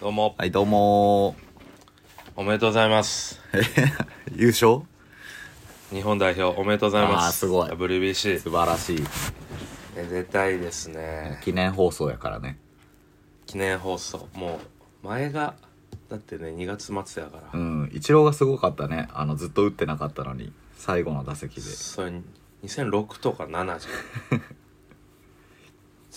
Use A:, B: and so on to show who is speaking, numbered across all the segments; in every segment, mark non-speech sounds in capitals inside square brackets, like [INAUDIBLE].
A: どうも、
B: はい、どうも
A: おめでとうございます。
B: ー。優勝
A: 日本代表おめでとうございます。
B: あーすごい
A: WBC。
B: 素晴らしい。
A: めでたいですね。
B: 記念放送やからね。
A: 記念放送。もう、前が、だってね、2月末やから。
B: うん、イチローがすごかったね。あの、ずっと打ってなかったのに、最後の打席で。
A: それ、2006とか7じゃん。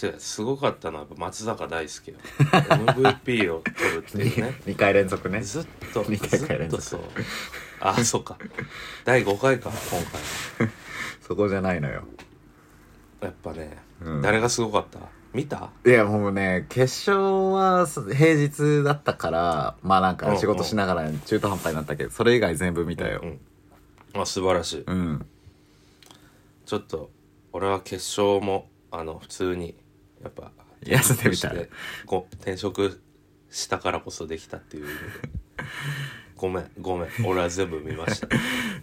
A: 違う、すごかったのはやっぱ松坂大輔よ。MVP を取るっていう
B: [LAUGHS]
A: ね。
B: 2回連続ね。
A: ずっと、ず
B: 二回連
A: っと
B: 続
A: そう。あー、そうか。第5回か、今回。
B: そこじゃないのよ。
A: やっぱね、
B: うん
A: 誰がすごかった見た
B: いや、もうね、決勝はす平日だったから、まあなん
A: うんう
B: か
A: ん
B: 仕事しながら中途半端になったけど、それ以外全部見たよ
A: う。ん。あ、素晴らしい。
B: うん。
A: ちょっと俺は決勝もあの普通にやっぱ
B: 休んでみたい
A: 転職してこう転職したからこそできたっていう意味 [LAUGHS] でごめんごめん俺は全部見ま
B: [LAUGHS]
A: した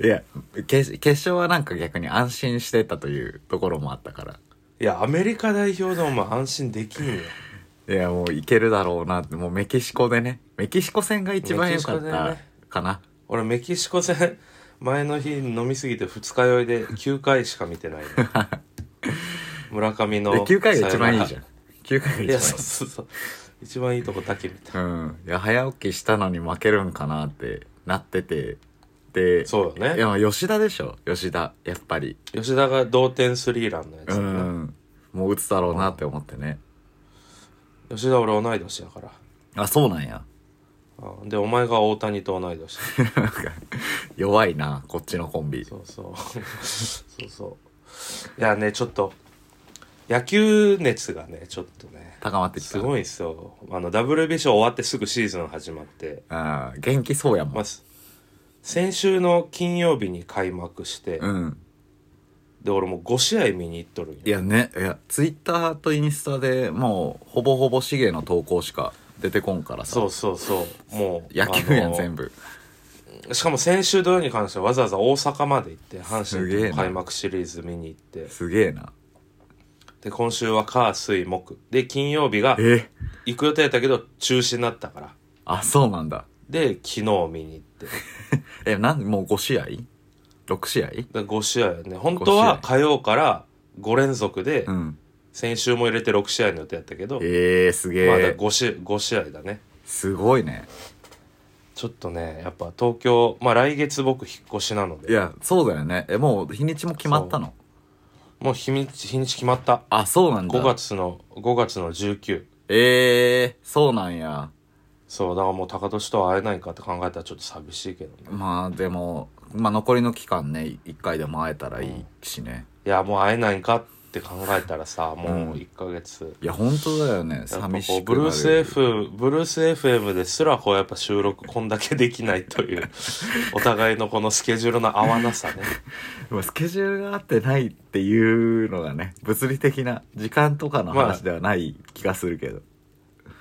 B: いや、決決勝はなんか逆に安心してたというところもあったから。
A: いやアメリカ代表でお前安心できんよ
B: いや、もういけるだろうなって、もうメキシコでね。メキシコ戦が一番良かっ
A: メキシコで
B: た
A: ね
B: かな。
A: 俺メキシコ戦前の日に飲みすぎて二日酔いで9回しか見
B: [LAUGHS]
A: てないよ村上の
B: で9回が一番いいじゃん
A: さ。
B: 9回
A: よなら
B: が一番いい。
A: いやそうそうそう一番いいとこだけ見た
B: うん。いや、早起きしたのに負けるんかなってなってて。で、
A: そうよ
B: い
A: ね
B: や、吉田でしょ。吉田。やっぱり。
A: 吉田が同点スリーランのやつ、
B: う
A: ね
B: ん。もう打つだろうなって思ってね。
A: 吉田俺同い年やから
B: あ、そうなんや。 [LAUGHS]
A: あでお前が大谷と同い年
B: なんか弱いな、こっちのコンビ。
A: そうそうそうそういやねちょっと野球熱がねちょっとね
B: 高まってきた。
A: すごいんですよあの WBC 終わってすぐシーズン始まって、
B: ああ、元気そうやも
A: ま
B: ん
A: あ。す先週の金曜日に開幕して、
B: うん。
A: で俺もう5試合見に行っとるん
B: い
A: よ
B: やね、いや、ツイッターとインスタでもう、ほぼほぼシゲの投稿しか出てこんからさ。
A: そうそうそうもう
B: 野球やん、全
A: 部
B: 部。
A: しかも先週土曜に関してはわざわざ大阪まで行って阪
B: すげ
A: 神
B: え
A: と
B: な
A: 開幕シリーズ見に行って
B: すげえな。
A: で今週は火水木で金曜日が
B: え
A: 行く予定だったけど中止になったから
B: あ、そうなんだ。
A: で昨日見に行って
B: え、なん、もう5試合 ?6 試合
A: で5試合ね本当は
B: 5
A: 火曜から5連続で、
B: うん。
A: 先週も入れて6試合の予定やったけど、
B: ええー、すげ
A: まあ、だ
B: え、
A: 5, 試5試合だね
B: すごいね。
A: ちょっとねやっぱ東京まあ来月僕引っ越しなの
B: い
A: で
B: や、そうだよね。え、もう日にちも決まったの
A: もう日にち日にち決まった
B: あ、そうなんだ。
A: 5。月の5月の19
B: ええー、そうなんや。
A: そうだからもう高俊とは会えないかって考えたらちょっと寂しいけどね
B: まあでも、まあ残りの期間ね、1回でも会えたらいいしね。
A: いやもう会えないかって考えたらさもう1ヶ月、
B: いや、本当だよね。
A: やっぱこう
B: 寂しくなる。
A: ブルース F ブルース FM ですらこうやっぱ収録こんだけできないという
B: [LAUGHS]
A: お互いのこのスケジュールの合わなさね
B: まあスケジュールが合ってないっていうのがね、物理的な時間とかの話ではない気がするけど。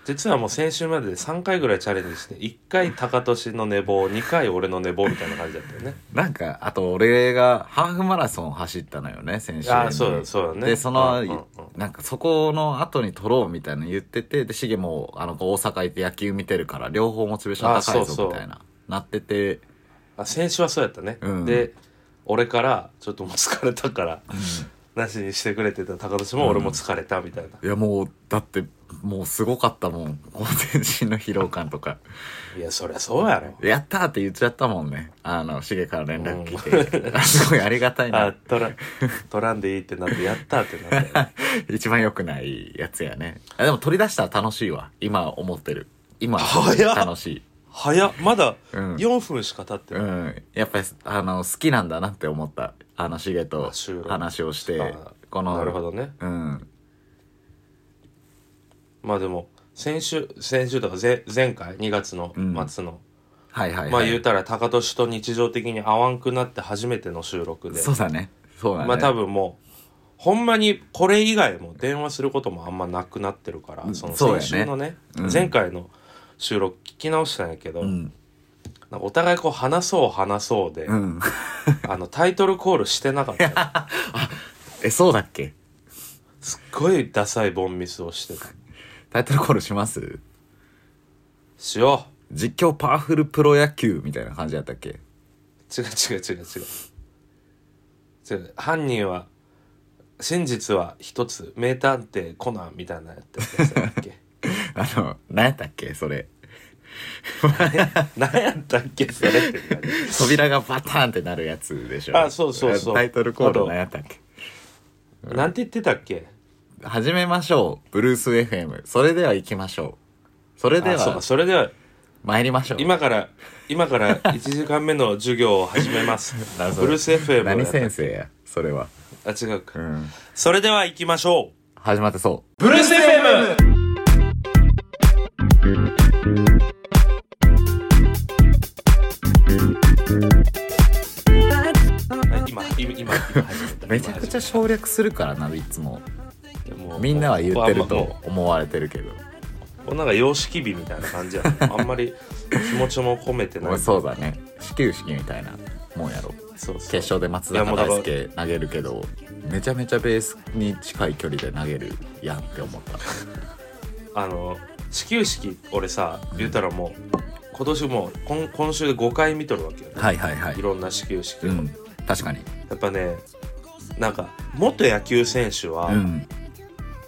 A: 実はもう先週までで3回ぐらいチャレンジして1回高俊の寝坊2回俺の寝坊みたいな感じだったよね
B: なんか、あと俺がハーフマラソン走ったのよね、先週。
A: ああそうだそうだね
B: で、その、
A: うんうんうん
B: なんかそこの後に撮ろうみたいなの言ってて、で、シゲも、あの、大阪行って野球見てるから、両方モチベーション高
A: あ
B: い
A: そうそう
B: ぞみたいな、なってて、
A: あ先週はそうやったね、
B: うん
A: で俺からちょっともう疲れたからなしにしてくれてた高俊も俺も疲れたみたいな、
B: いやもう、だって、もうすごかったもん。こう全身の疲労感とか。
A: いやそりゃそうやろ
B: やったーって言っちゃったもんね。あの、シゲから連絡来て。 [LAUGHS] すごいありがたいな
A: あ。取 [LAUGHS] ら取らんでいいってなってやったってなったよ [LAUGHS] ね
B: [LAUGHS] 一番良くないやつやね。あでも取り出したら楽しいわ。今思ってる。今
A: 早っ
B: 楽しい。
A: 早っまだ
B: うん
A: 4分しか経って
B: う
A: ない、
B: ん。やっぱり、あの、好きなんだなって思った。あの、しげと
A: 収録
B: 話をして
A: あ、
B: この、
A: なるほどね
B: うん。
A: まあでも先週先週とか前前回2月の
B: うん
A: 末の、
B: はいはい、はい。
A: まあ言うたら高俊と日常的に会わんくなって初めての収録で、
B: そうだね。そうだね。
A: まあ多分もうほんまにこれ以外も電話することもあんまなくなってるから、
B: うん
A: その
B: そうや
A: 先
B: ね
A: 週のね
B: うん
A: 前回の収録聞き直したんやけど、
B: うん。
A: なんかお互いこう話そう話そうで、
B: うん。
A: あのタイトルコールしてなか
B: [LAUGHS]
A: った
B: え、そうだっけ
A: すっごいダサいボンミスをしてた
B: タイトルコールします
A: しよ
B: 実況パワフルプロ野球みたいな感じだったっけ
A: う違う違う違う違う違う犯人は真実は一つ名探偵コナンみたいなやってたやつだっ
B: [LAUGHS]
A: け
B: あの何やったっけそれ
A: 何やったっけそれって何
B: 扉がバタンってなるやつでしょ
A: あそうそうそう
B: タイトルコール何やったっけ
A: なんて言ってたっけ
B: 始めましょうブルース FM それでは行きましょうそれで
A: あそうか
B: は
A: それでは
B: 参りましょう
A: 今から今から1時間目の授業を始めます
B: [LAUGHS] 何そ
A: ブ
B: れ
A: ルース FM
B: 何
A: だ
B: 先生やそれは
A: あ違うか、
B: うん
A: それでは行きましょう
B: 始まってそ
A: ブルース FM 今今今今始めた
B: うめちゃくちゃ省略するからないつも
A: もう
B: みんなは言ってる
A: ここはもう
B: と思われてるけど
A: こうなんか様式美みたいな感じやねあんまり気持ちも込めてない
B: 俺そうだね始球式みたいなもんやろ
A: そうそう
B: 決勝で松
A: いやも
B: 坂
A: うだから
B: 大輔投げるけどめちゃめちゃベースに近い距離で投げるやんって思った
A: あの始球式俺さ言うたらもう今年もう今今週で5回見とるわけよ、ね、
B: はいはいはい
A: ろんな始球式を、
B: う
A: や
B: ん確かに
A: っぱねなんか元野球選手は、
B: うん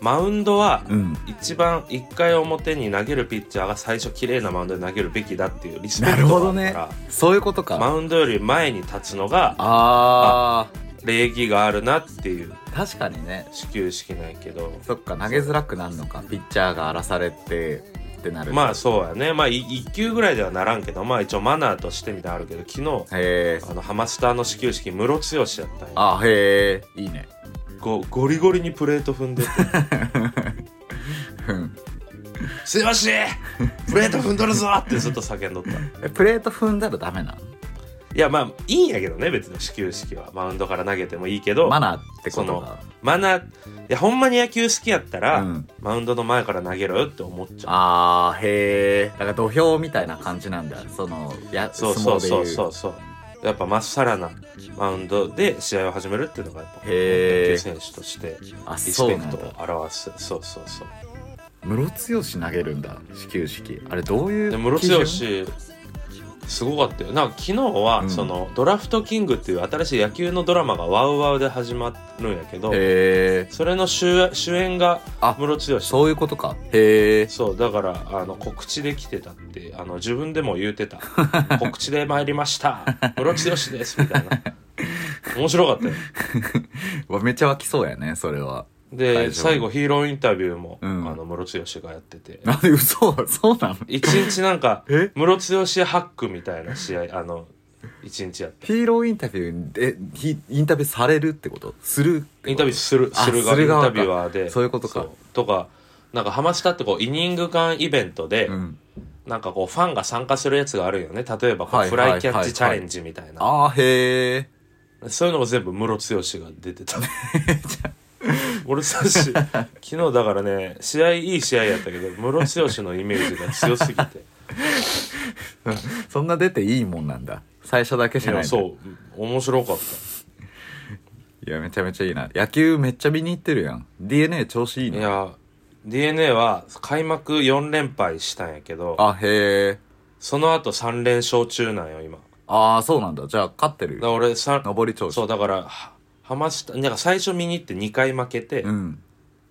A: マウンドは
B: うん
A: 一番1回表に投げるピッチャーが最初綺麗なマウンドで投げるべきだっていうリスペ
B: な
A: ク
B: るほ
A: トがあ
B: ど
A: る
B: ね
A: から、
B: そういうこと
A: マ
B: か
A: ウンドより前に立つのが
B: あ
A: 礼儀があるなっていう
B: ー確かにね
A: 始球式なんやけど
B: そっか投げづらくなるのかピッチャーが荒らされてってなる
A: まあそうやねまあい1球ぐらいではならんけどまあ一応マナーとしてみたいなのあるけど昨日
B: へえ
A: あのハマスターの始球式ムロツヨシやったんや
B: あへえいいね
A: ごゴリゴリにプレート踏んで
B: [LAUGHS]
A: て
B: うん
A: 「すよしプレート踏んどるぞ!」ってずっと叫んどったい
B: えプレート踏んだらダメな
A: やまあいいんやけどね別に始球式はマウンドから投げてもいいけど
B: の
A: マ
B: マ
A: ナ
B: ナーってことか
A: ーいやほんまに野球好きやったら、
B: うん
A: マウンドの前から投げろよって思っちゃう
B: あーへえだから土俵みたいな感じなんだそのや
A: そうそ
B: 相撲
A: う
B: で
A: そう
B: いう
A: そうそうやっぱまっさらなマウンドで試合を始めるっていうのがやっぱ
B: へー
A: 野球選手として
B: あ
A: リス
B: そう
A: ペ
B: な
A: ク
B: ん
A: ト
B: だ
A: を表すそうそうそう
B: ムロツヨシ投げるんだ始球式あれどういう
A: で室
B: 基準
A: 強氏すごかったよなんか昨日は、
B: うん
A: そのドラフトキングっていう新しい野球のドラマがワウワウで始まるんやけど
B: へえ
A: それの主主演が
B: あ
A: ムロツヨシ
B: そういうことかへえ
A: そうだからあの告知で来てたってあの自分でも言うて
B: [LAUGHS]
A: た告知で参りましたムロツヨシですみたいな面白かったよ
B: めっちゃ湧きそうやねそれは会場
A: で
B: に
A: 最後ヒーローインタビューも、
B: うん
A: あのムロツヨシがやってて
B: なんで嘘 [LAUGHS] そうなの
A: 一日なんか
B: [LAUGHS] え
A: ムロツヨシハックみたいな試合あの一日やって
B: ヒーローインタビューでひインタビューされるってことする
A: インタビューする
B: あ
A: する側
B: する側か
A: インタビュアーで
B: そういうことか
A: そうとかなんかハマスタってこうイニング間イベントで、
B: うん
A: なんかこうファンが参加するやつがあるよね例えばこう
B: はい
A: フライキャ
B: は
A: ッ
B: いはい
A: チチャレンジみたいな、
B: あーへえ
A: そういうのも全部ムロツヨシが出てた
B: [LAUGHS]
A: 俺さし昨日だからね試合いい試合やったけどムロツヨシのイメージが強す
B: [LAUGHS]
A: ぎて
B: そんな出ていいもんなんだ最初だけ
A: い
B: じゃな
A: や
B: いんだ
A: そう面白かった
B: いやめちゃめちゃいいな野球めっちゃ見に行ってるやん DNA 調子いい
A: い
B: ね
A: や d n a は開幕4連敗したんやけど
B: あへえ
A: その後3連勝中なんよ今だか
B: ああそうなんだじゃあ勝ってる
A: ら俺さ
B: 上り調子
A: そうだからはハマスタなんか最初見に行って2回負けて、
B: うん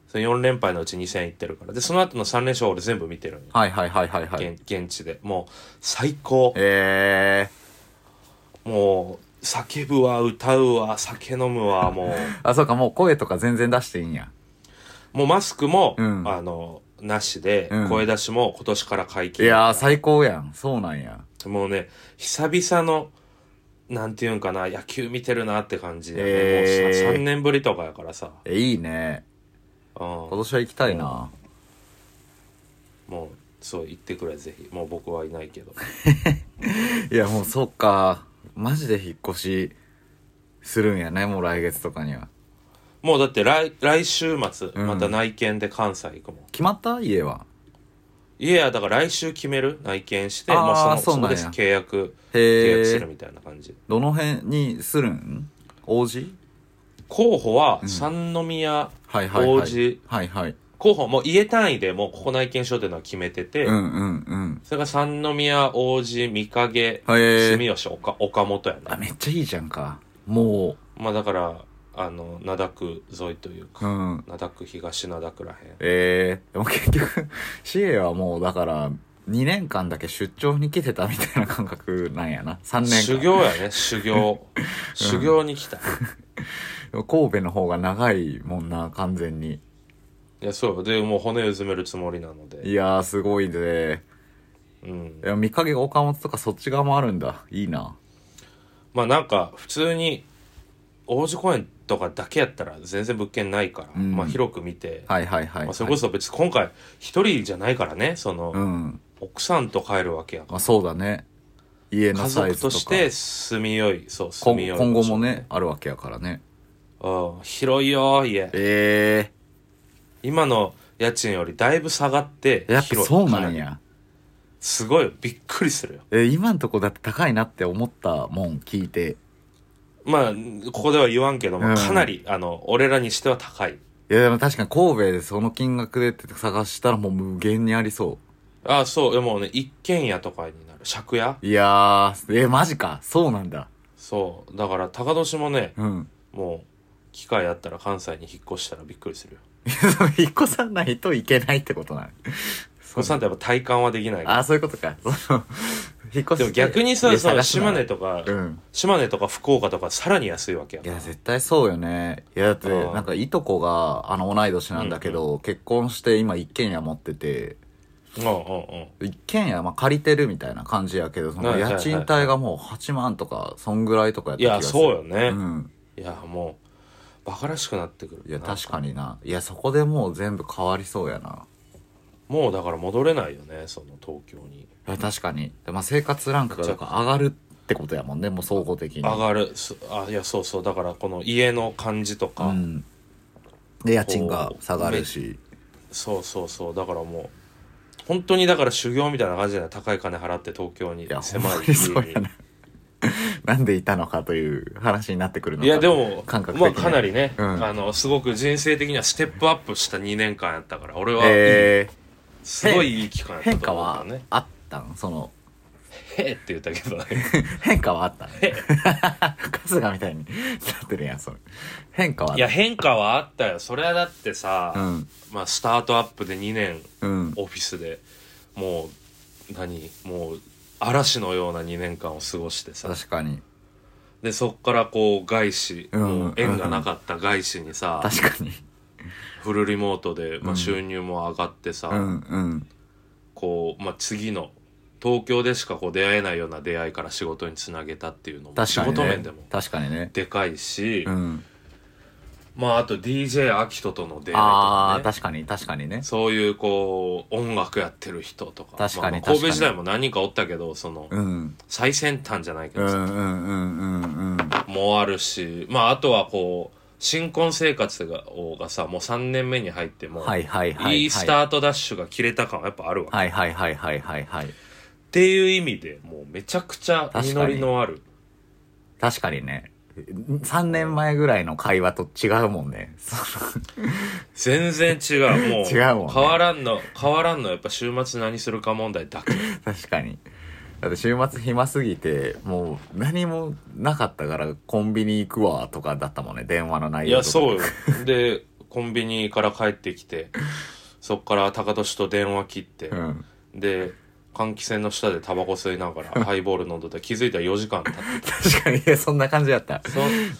A: その4連敗のうち2戦いってるからでその後の3連勝俺全部見てるんよ、
B: はいはいはいはいはい
A: 現現地でもう最高
B: えー、
A: もう叫ぶわ歌うわ酒飲むわも
B: あそうかもう声とか全然出していいんや [LAUGHS]
A: うもうマスクも、
B: うん
A: あのなしで、
B: うん
A: 声出しも今年から解
B: い
A: 禁
B: やー最高やんそうなんや
A: もうね、久々の、なんていうんかな、野球見てるなって感じで、
B: へー
A: もう3年ぶりとかやからさ、
B: えいいね
A: うん、
B: 今
A: も
B: 年は行きたいな、
A: う、そう、行ってくれ、ぜひ。もう僕はいないけど。
B: いやもうそっかマジで引っ越しするんやねもう来月とかには
A: もうだって来、来週末、
B: ん
A: また内見で関西行くもん。
B: 決まった家はい
A: や、だから来週決める内見して、
B: あー
A: もうその、
B: そうなんや
A: です契約、契
B: へ
A: 約する
B: え
A: みたいな感じ。
B: どの辺にするん王子
A: 候補は、三宮、
B: はいはいはい
A: 王子、
B: はいはい
A: 候補も家単位でもうここ内見しようっていうのは決めてて、
B: うんうんうん
A: それが三宮王子三影
B: へえ
A: 住吉岡岡本や
B: あ
A: ね
B: めっちゃいいじゃんかも
A: まあだからあの灘区沿いという
B: うう
A: か、
B: ん
A: 灘区東灘区らへん
B: えー、でも結局 [LAUGHS] CA はもうだから2年間だけ出張に来てたみたいな感覚なんやな3年間
A: 修行やね修
B: [LAUGHS]
A: 行修行に来た、
B: 神戸の方が長いもんな完全に
A: いやそうよでもう骨うずめるつもりなので
B: いやーすごいね
A: うん
B: でも見かけが岡本とかそっち側もあるんだいいな
A: まあなんか普通に王子公園とかだけやったら全然物件ないから、
B: うん
A: まあ広く見て、
B: はいはいはい、
A: まあ、それこそ別に今回一人じゃないからねその、
B: うん
A: 奥さんと帰るわけやか
B: まあそうだね家
A: ら
B: の
A: 家
B: サ
A: 族
B: イズと
A: と
B: か
A: して住みよいそう住みよ
B: 今
A: い
B: 今後もねあるわけやからね
A: うん広いよ家
B: え
A: 今の家賃よりだいぶ下がって
B: えやっぱ
A: 広い
B: そうなん
A: かなり
B: や
A: すごいよびっくりするよ
B: え今んとこだって高いなって思ったもん聞いて
A: まあここでは言わんけども、
B: うん
A: かなりあの俺らにしては高い
B: いやでも確かに神戸でその金額でって探したらもう無限にありそ
A: ああそうでもね一軒家とかになる借家
B: ういやーえマジかそうなんだ
A: そうだから高年もね
B: うん [LAUGHS]
A: もう機会あったら関西に引っ越したらびっくりするよ
B: いやその引っ越さないといけないってことなの
A: おっさんってやっぱ体感はできないから
B: あそういうことかその引っ越し
A: でも逆にさそう島根
B: と
A: とか、
B: うん
A: 島根とか福岡とかさらに安いわけや
B: い
A: から
B: や絶対そうよねいやだって
A: うん
B: なんかいとこがあの同い年なんだけど、結婚して今一軒家持ってて
A: うんうんうん
B: 一軒家まあ借りてるみたいな感じやけどその
A: はいはい
B: 家
A: はい
B: 賃帯がもう8万とかそんぐらいとかやっ
A: い
B: た気
A: や
B: がする
A: そうよね、
B: うん
A: いやもうバカらしくなってくる
B: いや
A: なん
B: 確かにないやそこでもう全部変わりそうやな
A: もうだから戻れないよねその東京に
B: いや確かに、でまあ、生活ランクがだから上がるってことやもんねもう総合的に
A: 上がるすあいやそうそうだからこの家の感じとか、
B: うんで家賃が下がるし
A: そうそうそうだからもう本当にだから修行みたいな感じで高い金払って東京に
B: いやほん
A: 狭
B: ま
A: い
B: にそう
A: 家
B: やな [LAUGHS] なんでいたのかという話になってくるの
A: に
B: か
A: いやでも
B: 感覚的
A: まあ
B: に
A: かなりね、
B: うん
A: あのすごく人生的にはステップアップした2年間やったから俺は、
B: え
A: すごいいい期間
B: ー
A: やった
B: 変
A: と
B: 化
A: 思うから
B: は
A: ね
B: あったんその
A: 「へえ」って言ったけどね
B: 変化はあったん [LAUGHS] 春日みたいになってるやんそれ変化はい
A: や
B: あっ
A: 変化はあったよそれはだってさ、
B: たうん
A: まあ、スタートアップで2年
B: うん
A: オフィスでもう何もう嵐のような2年間を過ごしてさ
B: 確かに
A: でそっからこう外資、
B: うん
A: もう縁がなかった外資にさ、
B: 確かに
A: フルリモートで、ま
B: う
A: あ、
B: ん
A: 収入も上がってさ、
B: うんうん
A: こう、まあ、次の東京でしかこう出会えないような出会いから仕事につなげたっていうのも
B: 確
A: 仕
B: かに
A: 事面
B: ね
A: でも
B: 確かにね
A: でかいし、
B: うん
A: まああと DJ アキトとの出会いと
B: あ
A: か
B: あ、
A: ね
B: 確かに確かにね
A: そういうこう音楽やってる人とか
B: 確かに
A: まあまあ神
B: 確か
A: 戸
B: に
A: 時代も何人かおったけどその、
B: うん
A: 最先端じゃないけ
B: う
A: ど
B: んう
A: さ、
B: んうんうんうん
A: もあるしまああとはこう新婚生活ががさもう3年目に入っても、
B: はいはいはいはい
A: いスタートダッシュが切れた感はやっぱあるわ、
B: はいはいはいはいはいはい
A: っていう意味でもうめちゃくちゃ実りのある
B: 確かにね3年前ぐらいの会話と違うもんね [LAUGHS] そ
A: 全然違うもう
B: [LAUGHS] 違うもんね
A: 変わらんの変わらんのやっぱ週末何するか問題だけ
B: う確かにだって週末暇すぎてもう何もなかったからコンビニ行くわとかだったもんね電話の内
A: い
B: 容
A: や
B: とか
A: そうよでコンビニから帰ってきて [LAUGHS] そっから高俊と電話切って、
B: うん
A: で換気扇の下でタバコ吸いながらハイボール飲んでて気づいたら4時間経
B: [LAUGHS]
A: って
B: 確かにいやそんな感じだった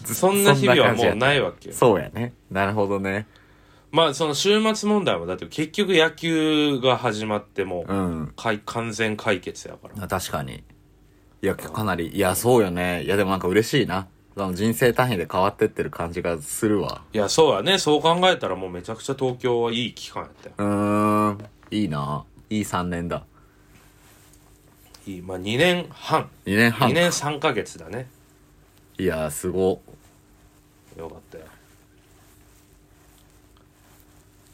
A: そそんな日々はもうないわけよ
B: そうやねなるほどね
A: まあその週末問題もだって結局野球が始まってもう
B: うん
A: かい完全解決やから
B: 確かにいやかなりいやそうよねいやでもなんか嬉しいなその人生単位で変わってってる感じがするわ
A: いやそうやねそう考えたらもうめちゃくちゃ東京はいい期間やったよ
B: うーんいいないい3年だ
A: いいまあ2年半
B: 2年半
A: 2年3ヶ月だね
B: いやーすご
A: よかったよ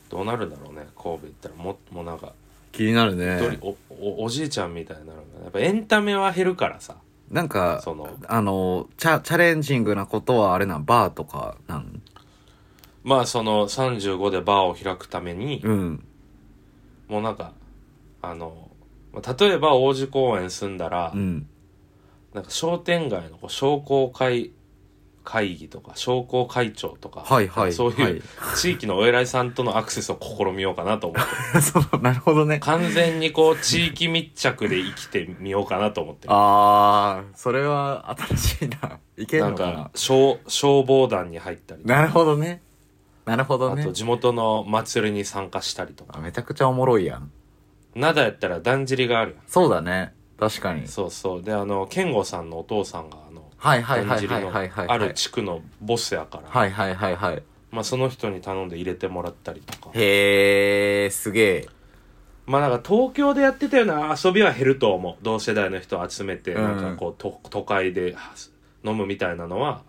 A: どうなるんだろうね神戸行ったらももうなんか
B: 気になる
A: 一
B: ね
A: 人おおおじいちゃんみたいになるんだねやっぱエンタメは減るからさ
B: なんか
A: その
B: あのチャチャレンジングなことはあれなんバーとかなん
A: まあその35でバーを開くために、
B: うん
A: もうなんかあのまあ例えば王子公園住んだら、
B: うん [LAUGHS]
A: なんか商店街のこう商工会会議とか商工会長とか、
B: はいはい
A: そう
B: はいいう
A: 地域のお偉いさんとのアクセスを試みようかなと思って
B: そのなるほどね
A: 完全にこう地域密着で生きてみようかなと思って
B: あーそれは新しいないける
A: な
B: の
A: ん
B: かな
A: か消消防団に入ったり
B: なるほどねなるほど
A: あ
B: ね
A: と地元の祭りに参加したりとか
B: あめちゃくちゃおもろいやん
A: 灘やったらだんじりがあるや
B: そうだね確かに
A: んそうそうであの健吾さんのお父さんがあの
B: はいは
A: だ
B: い
A: ん
B: は
A: じ
B: い
A: り
B: はい
A: の
B: はいはい
A: ある地区のボスやから、
B: はいはいはいはい
A: まあ、その人に頼んで入れてもらったりとか
B: へえすげえ
A: まあなんか東京でやってたような遊びは減ると思う同世代の人を集めて
B: うん
A: なんかこう、と都会では飲むみたいなのは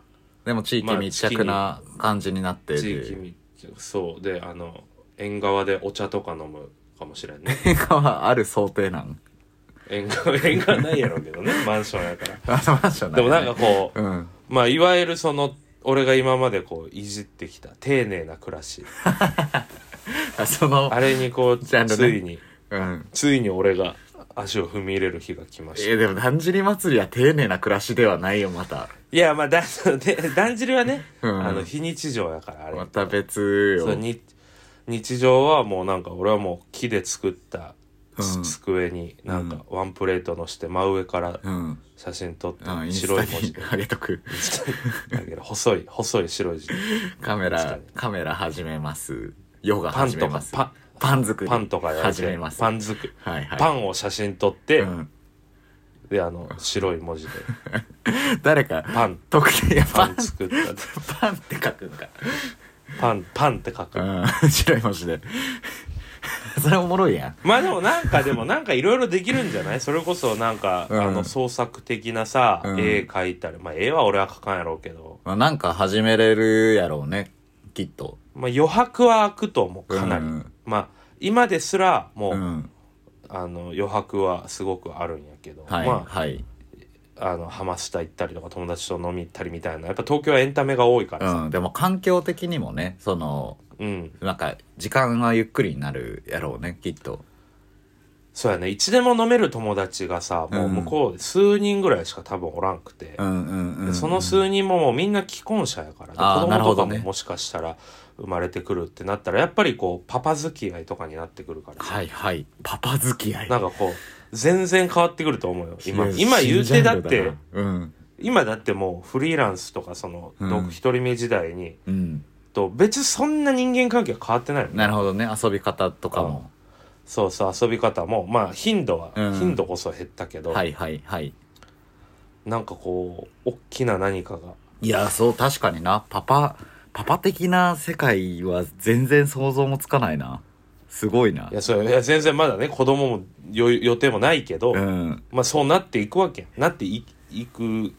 B: でも地域密着な感じになって
A: 地域
B: る、
A: にそうであの縁側でお茶とか飲むかもしれん
B: [LAUGHS]
A: ね
B: 変化はある想定なん [LAUGHS]
A: 縁側縁側ないやろうけどねマンションやから
B: あそうなんじゃいね
A: でもなんかこう
B: うん
A: まあいわゆるその俺が今までこういじってきた丁寧な暮らし
B: [LAUGHS] あその
A: あれにこう、
B: ジャンルね
A: ついに
B: うん
A: ついに俺が足を踏み入れる日が来ま
B: え
A: した
B: ーでもだんじり祭りは丁寧な暮らしではないよまた
A: いやまあだでだんじりはね、
B: うん
A: あの非日常やからあれ
B: また別
A: そう
B: よ
A: に日常はもうなんか俺はもう木で作ったす、
B: うん
A: 机になんかワンプレートのして真上から
B: うん
A: 写真撮って
B: あインス
A: 白
B: タ
A: い文字
B: に
A: で
B: 上げとく
A: だけど細い細い白い
B: [LAUGHS]
A: 字で
B: カメ
A: 確か
B: ラ
A: に
B: カメラ始めますヨガ
A: パン
B: 始め
A: と
B: ま
A: か
B: す
A: パン
B: パン作り
A: パンとかや
B: 始めます
A: パン作り
B: はいはい
A: パ
B: ン
A: ンを写真撮って、
B: うん、
A: であの白い
B: [LAUGHS]
A: 文字で
B: 誰か
A: パン
B: 特定や
A: パ
B: パン
A: ン作ったって
B: パンって書くんか
A: パンパンって書く、
B: うん白い文字で [LAUGHS] それおもろいやん
A: まあでもなんかでもなんかいろいろできるんじゃないそれこそなんか、
B: うん
A: あの創作的なさ、
B: うん
A: 絵描いたりまあ絵は俺は描かんやろうけど
B: まあ、なんか始めれるやろうねきっと
A: まあ余白は空くと思うかなり、
B: うん
A: まあ今ですらもう、
B: うん
A: あの余白はすごくあるんやけど、
B: はい、
A: ま
B: はい
A: ああのハマスタ行ったりとか友達と飲み行ったりみたいなやっぱ東京はエンタメが多いからさ
B: うんでも環境的にもねその
A: うん、
B: なんか時間がゆっくりになるやろうねきっと
A: そうやねいつでも飲める友達がさもう向こう数人ぐらいしか多分おらんくて、
B: うんうんうん、うん、
A: その数人ももうみんな既婚者やから、ね、
B: あー
A: 子
B: な
A: 供
B: るほ
A: とか
B: ど
A: も
B: ね
A: もしかしたら生まれてくるってなったらやっぱりこうパパ付き合いとかになってくるから、
B: はいはいパパ付き合い
A: なんかこう全然変わってくると思うよ今
B: いや
A: 今言うてだっ
B: 新ジャン
A: て
B: ルだなうん
A: 今だってもうフリーランスとかその
B: うん
A: 独独り身時代に
B: うん
A: と別にそんな人間関係は変わってないよね
B: なるほどね遊び方とかも
A: そうそう遊び方もまあ頻度は、
B: うん
A: 頻度こそ減ったけど、
B: はいはいはい
A: なんかこう大きな何かが
B: いやそう確かになパパパパ的な世界は全然想像もつかないなすごいない
A: やそれいや全然まだね子供もよ予定もないけど、
B: うん
A: まあそうなっていくわけやんなっていいく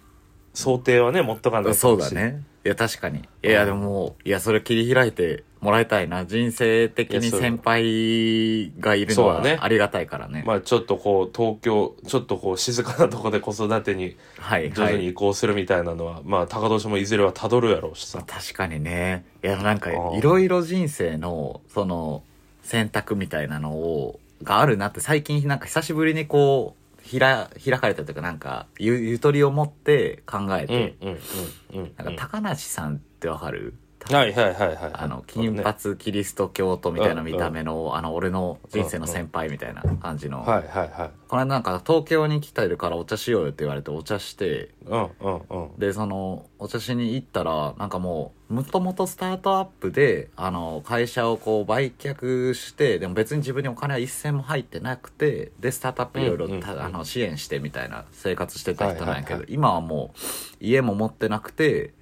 A: 想定はね持っとかないと
B: そうだねいや確かにいやでももういやそれ切り開いてもらいたいな人生的
A: いや
B: に
A: そう
B: 先輩がいるの
A: そ
B: は
A: うだね
B: ありがたいからね
A: まあちょっとこう東京ちょっとこう静かなとこで子育てに
B: はい
A: 徐
B: は
A: 々に
B: い
A: 移行するみたいなのは、まあ高年もいずれはたどるやろうしさ
B: 確かにねいやなんか
A: あー
B: いろいろ人生のその選択みたいなのをがあるなって最近なんか久しぶりにこうひら開かれたというかなんかゆゆとりを持って考え
A: うん
B: て、
A: うんうんうん
B: なんか高梨さんってわかる、
A: はいはいはいはい
B: あの金
A: ね
B: 髪キリスト教徒みたいな見た目の、あの俺の人生の先輩みたいな感じの、
A: はいはいはい
B: この間なんか東京に来てるからお茶しようよって言われてお茶して
A: うんうんうん
B: でそのお茶しに行ったらなんかもうもともとスタートアップであの会社をこう売却してでも別に自分にお金は一銭も入ってなくてでスタートアップいろいろ
A: うんうんうん
B: たあの支援してみたいな生活してた人なん
A: はい
B: やけど、
A: はいは
B: 今はもう家も持ってなくて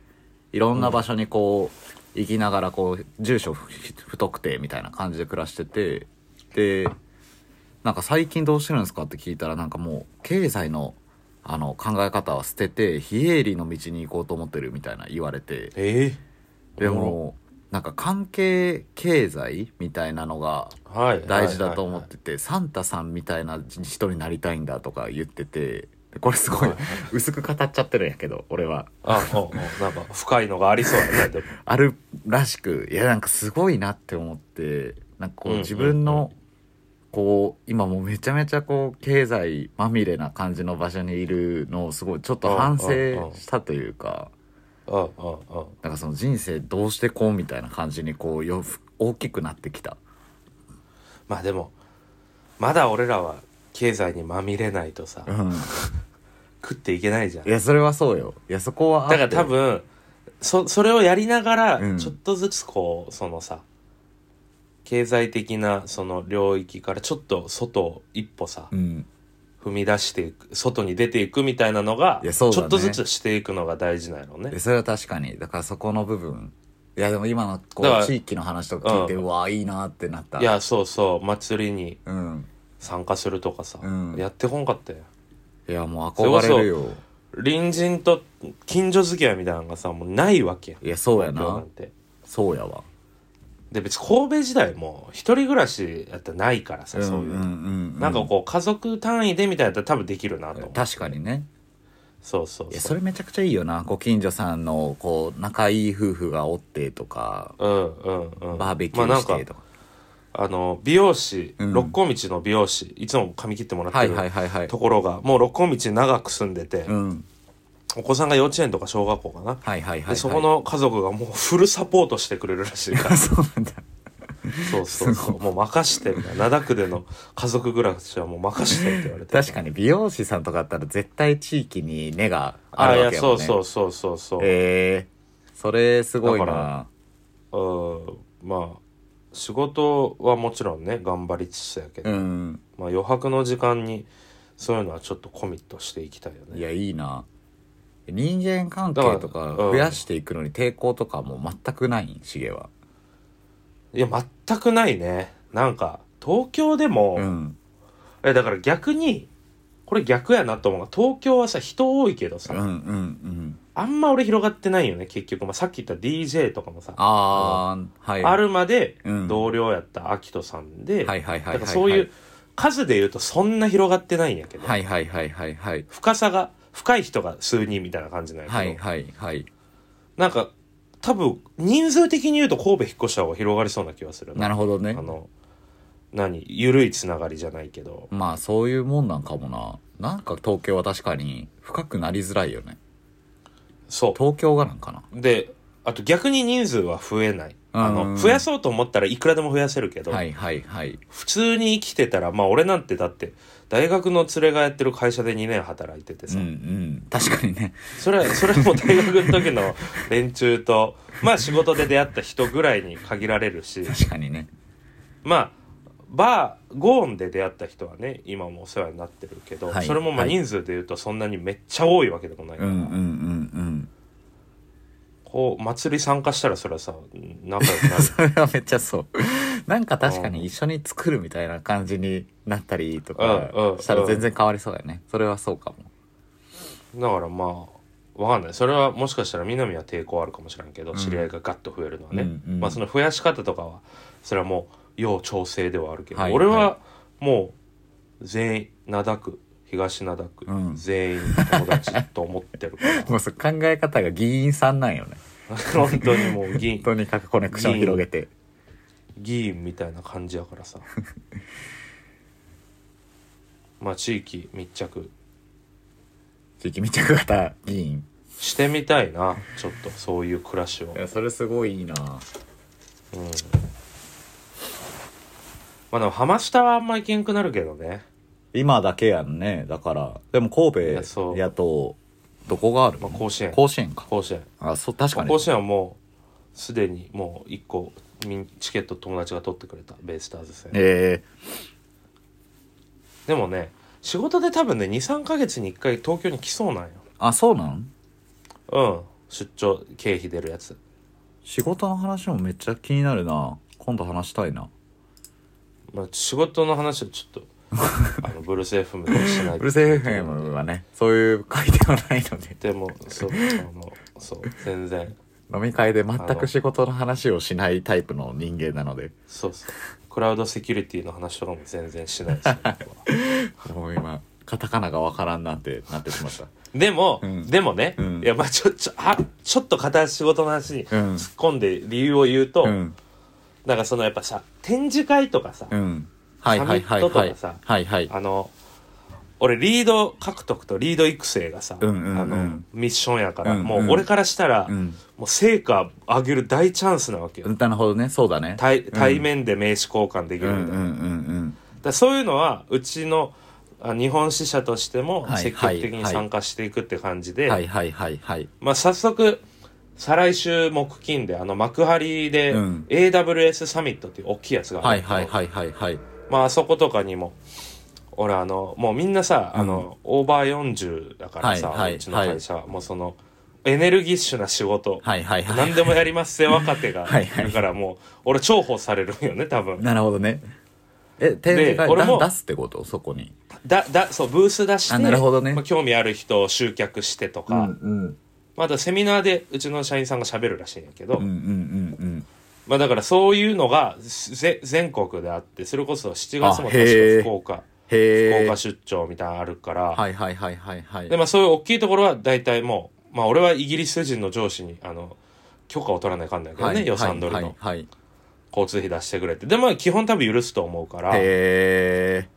B: いろんな場所にこう行きながらこう住所不不特定みたいな感じで暮らしててでなんか最近どうしてるんですかって聞いたらなんかもう経済のあの考え方は捨てて非営利の道に行こうと思ってるみたいな言われて
A: え
B: でもなんか関係経済みたいなのが
A: えはい
B: 大事だと思っててサンタさんみたいな人になりたいんだとか言っててでこれすごい [LAUGHS] 薄く語っちゃってるんやけど俺は
A: あおうおうなんか深いのがありそうやねでも
B: あるらしくいやなんかすごいなって思ってなんかこ
A: うん
B: う
A: うん
B: 自分のこう今もうめちゃめちゃこう経済まみれな感じの場所にいるのをすごいちょっと反省したというか
A: ああああ
B: なんかその人生どうしてこうみたいな感じにこうよ大きくなってきた
A: まあでもまだ俺らは経済にまみれないとさ、
B: うん
A: 食っていけないじゃん
B: いやそれはそうよいやそこはあっ
A: だ
B: て
A: から多分そそれをやりながら、
B: うん
A: ちょっとずつこうそのさ経済的なその領域からちょっと外を一歩さ、
B: うん
A: 踏み出していく外に出ていくみたいなのが、
B: いや
A: ち
B: そ
A: ょ
B: うだね
A: っとずつしていくのが大事なんやろうね
B: でそれは確かにだからそこの部分いやでも今のこ
A: だから
B: う地域の話とか聞いて
A: うん
B: うわいいなってなった
A: いやそうそう祭りに
B: うん
A: 参加するとかさ、
B: うん
A: やってこんかったよ
B: いやもう憧れるよ
A: 隣人と近所付き合いみたいなのがさもうないわけやん
B: いやそうや
A: 東京な
B: なん
A: て
B: そうやわ
A: で別に神戸時代も一人暮らしやったらないからさ、そういうの、
B: ん
A: なんかこう家族単位でみたいなやったら多分できるなと思う
B: 確かにね
A: そうそう
B: い
A: そう
B: やそれめちゃくちゃいいよなご近所さんのこう仲いい夫婦がおってとか
A: うんうんうん
B: バーベキュ
A: ま
B: ー
A: あ
B: して
A: なん
B: と
A: か
B: か,、
A: あの美容師、
B: うん
A: 六甲道の美容師いつも髪切ってもらっ
B: は
A: て
B: い
A: る
B: はいはいはい
A: ところがもう六甲道に長く住んでて、
B: うん
A: お子さんが幼稚園とか小学校かな、
B: はいはいはいはい
A: でそこの家族がもうフルサポートしてくれるらしいから
B: [LAUGHS] そうなんだ
A: そうそうそうもう任してみたいな灘区での家族暮らしはもう任してって言われて
B: 確かに美容師さんとかだったら絶対地域に根があ
A: あ
B: る
A: い
B: わ
A: や
B: けや
A: そ
B: もん
A: う
B: ね
A: そうそうそうそう、
B: えー、それすごい
A: だか
B: な
A: うんまあ仕事はもちろんね頑張りつつやけど、
B: うん
A: まあ、余白の時間にそういうのはちょっとコミットしていきたいよね
B: いやいいな人間関係と
A: だ
B: か
A: からうん
B: 増やしていくのに抵抗とかも全くないんシゲはい
A: や全くないねなんか東京でも、
B: うん
A: えだから逆にこれ逆やなと思うのが東京はさ人多いけどさ、
B: うんうんうん
A: あんま俺広がってないよね結局、まあ、さっき言った DJ とかもさあ,、
B: あーはい
A: るまで
B: うん
A: 同僚やったアキトさんで、
B: はいはいはいはいはい
A: だからそういう数で言うとそんな広がってないんやけど、
B: はいはいはいはいはい
A: 深さが深い人が数人みたいな感じなんやけど、
B: はいはいはい
A: なんか多分人数的に言うと神戸引っ越した方が広がりそうな気がする
B: なるほどね
A: あの何緩いつながりじゃないけど
B: まあそういうもんなんかもななんか東京は確かに深くなりづらいよね
A: そ
B: 東京がなんかな
A: うであと逆に人数は増えないあ
B: うんうん
A: の増やそうと思ったらいくらでも増やせるけど、
B: はいはいはい
A: 普通に生きてたらまあ俺なんてだって大学の連れがやってる会社で2年働いてて
B: う
A: さ、
B: んうん確かにね
A: それはそれはもう大学の時の連中とまあ仕事で出会った人ぐらいに限られるし [LAUGHS]
B: 確かにね
A: まあバーゴーンで出会った人はね今もお世話になってるけど、
B: はい
A: それもまあ
B: はい
A: 人数で言うとそんなにめっちゃ多いわけでもない、
B: うんうんうんうん
A: こう祭り参加したらそれはさ仲良くなる
B: それはめっちゃそう。なんか確かに一緒に作るみたいな感じになったりと
A: うんう
B: か
A: ん
B: したら全然変わりそうだよね。それはそうかも。
A: だからまあわかんないそれはもしかしたら南は抵抗あるかもしれんけど、知り合いがガッと増えるのはね、
B: うんうん
A: まあその増やし方とかはそれはもう要調整ではあるけど、
B: はい
A: 俺
B: は
A: はもう全員灘区東灘区、
B: うん
A: 全員友達と思ってるから
B: [LAUGHS] もうそ考え方が議員さんなんよね。
A: 本当にもう議員
B: とにかくコネクションを広げて。
A: 議員みたいな感じやから
B: [LAUGHS]
A: さまあ地域密着
B: 地域密着型議員。
A: してみたいなちょっとそういう暮らしを
B: い、や、それすごいいいな
A: うん、まあでもハマスタはあんま行けんくなるけどね
B: 今だけやんね。だから。でも神
A: やそ
B: 戸
A: う
B: やと、どこがあるの
A: まあ甲子園
B: 甲子園か。
A: 甲子園、
B: あ、そう、確
A: ま
B: か
A: あ
B: に
A: 甲。子園はもうすでにもう一個みんチケット友達が取ってくれたベイスターズ戦
B: え
A: でもね仕事で多分ね23か月に1回東京に来そうなんよ
B: ー、あ、そうなん
A: うん出張経費出るやつ
B: 仕事の話もめっちゃ気になるな今度話したいな。
A: まあ、仕事の話をち
B: [LAUGHS]
A: ょっとあのブルース FM でしない
B: ブルース FM はねそういう会ではないので
A: でもそうあのそう全然
B: 飲み会で全く仕事の話をしないタイプの人間なので
A: そうそうクラウドセキュリティの話とかも全然しないです僕は
B: もう今カタカナがわからんなんてなってしまった
A: でも、
B: うん
A: でもね、
B: うん
A: いやまあちょちょあちょっと片仕事の話に
B: うん
A: 突っ込んで理由を言うと、
B: うん
A: なんかそのやっぱさ展示会とかさ、
B: うんはいはいはい
A: サミット
B: は
A: と
B: い
A: かさ
B: はいはい
A: あの俺リード獲得とリード育成がさ、
B: うんうんうん
A: あのミッションやから、
B: うんうん
A: もう俺からしたら、
B: うん
A: もう成果上げる大チャンスなわけよ、
B: なるほどねそうだね
A: 対対面で名刺交換でき
B: う
A: る
B: ん
A: み
B: う
A: たいな、
B: んうんうん
A: だからそういうのはうちのあ日本支社としても
B: はい
A: 積極的に参加していくって感じで、
B: はいはいはいはい
A: まあ、早速再来週木金であの幕張で
B: うん
A: AWS サミットっていう大きいやつがあ
B: は
A: るん
B: い
A: だけど
B: はいはいはいはい
A: まああそことかにも俺あのもうみんなさ、
B: うん
A: あのオーバー40だからさ、
B: はいはいう
A: ちの会社は、もうそのエネルギッシュな仕事、
B: はいはいはい
A: 何でもやりますぜ若手が
B: はいはい
A: だからもう俺重宝されるんよね多分
B: なるほどねえ展示会
A: で俺も
B: だ出すってことそこに
A: だだそうブース出して
B: あなるほどね
A: まあ、興味ある人を集客してとか、
B: うん
A: まああとセミナーでうちの社員さんが喋るらしいんやけど、
B: うんうんうん
A: まあだからそういうのがぜ全国であってそれこそ7月も
B: あへ
A: 確
B: ー
A: か福岡
B: へ
A: 福
B: え
A: 岡出張みたいなのあるから、
B: はいはいはいはいはい
A: でまあそういう大きいところは大体もうまあ俺はイギリス人の上司にあの許可を取らないかんないけどね、予算取りの
B: はいはい
A: 交通費出してくれってでまあ基本多分許すと思うから
B: はいへ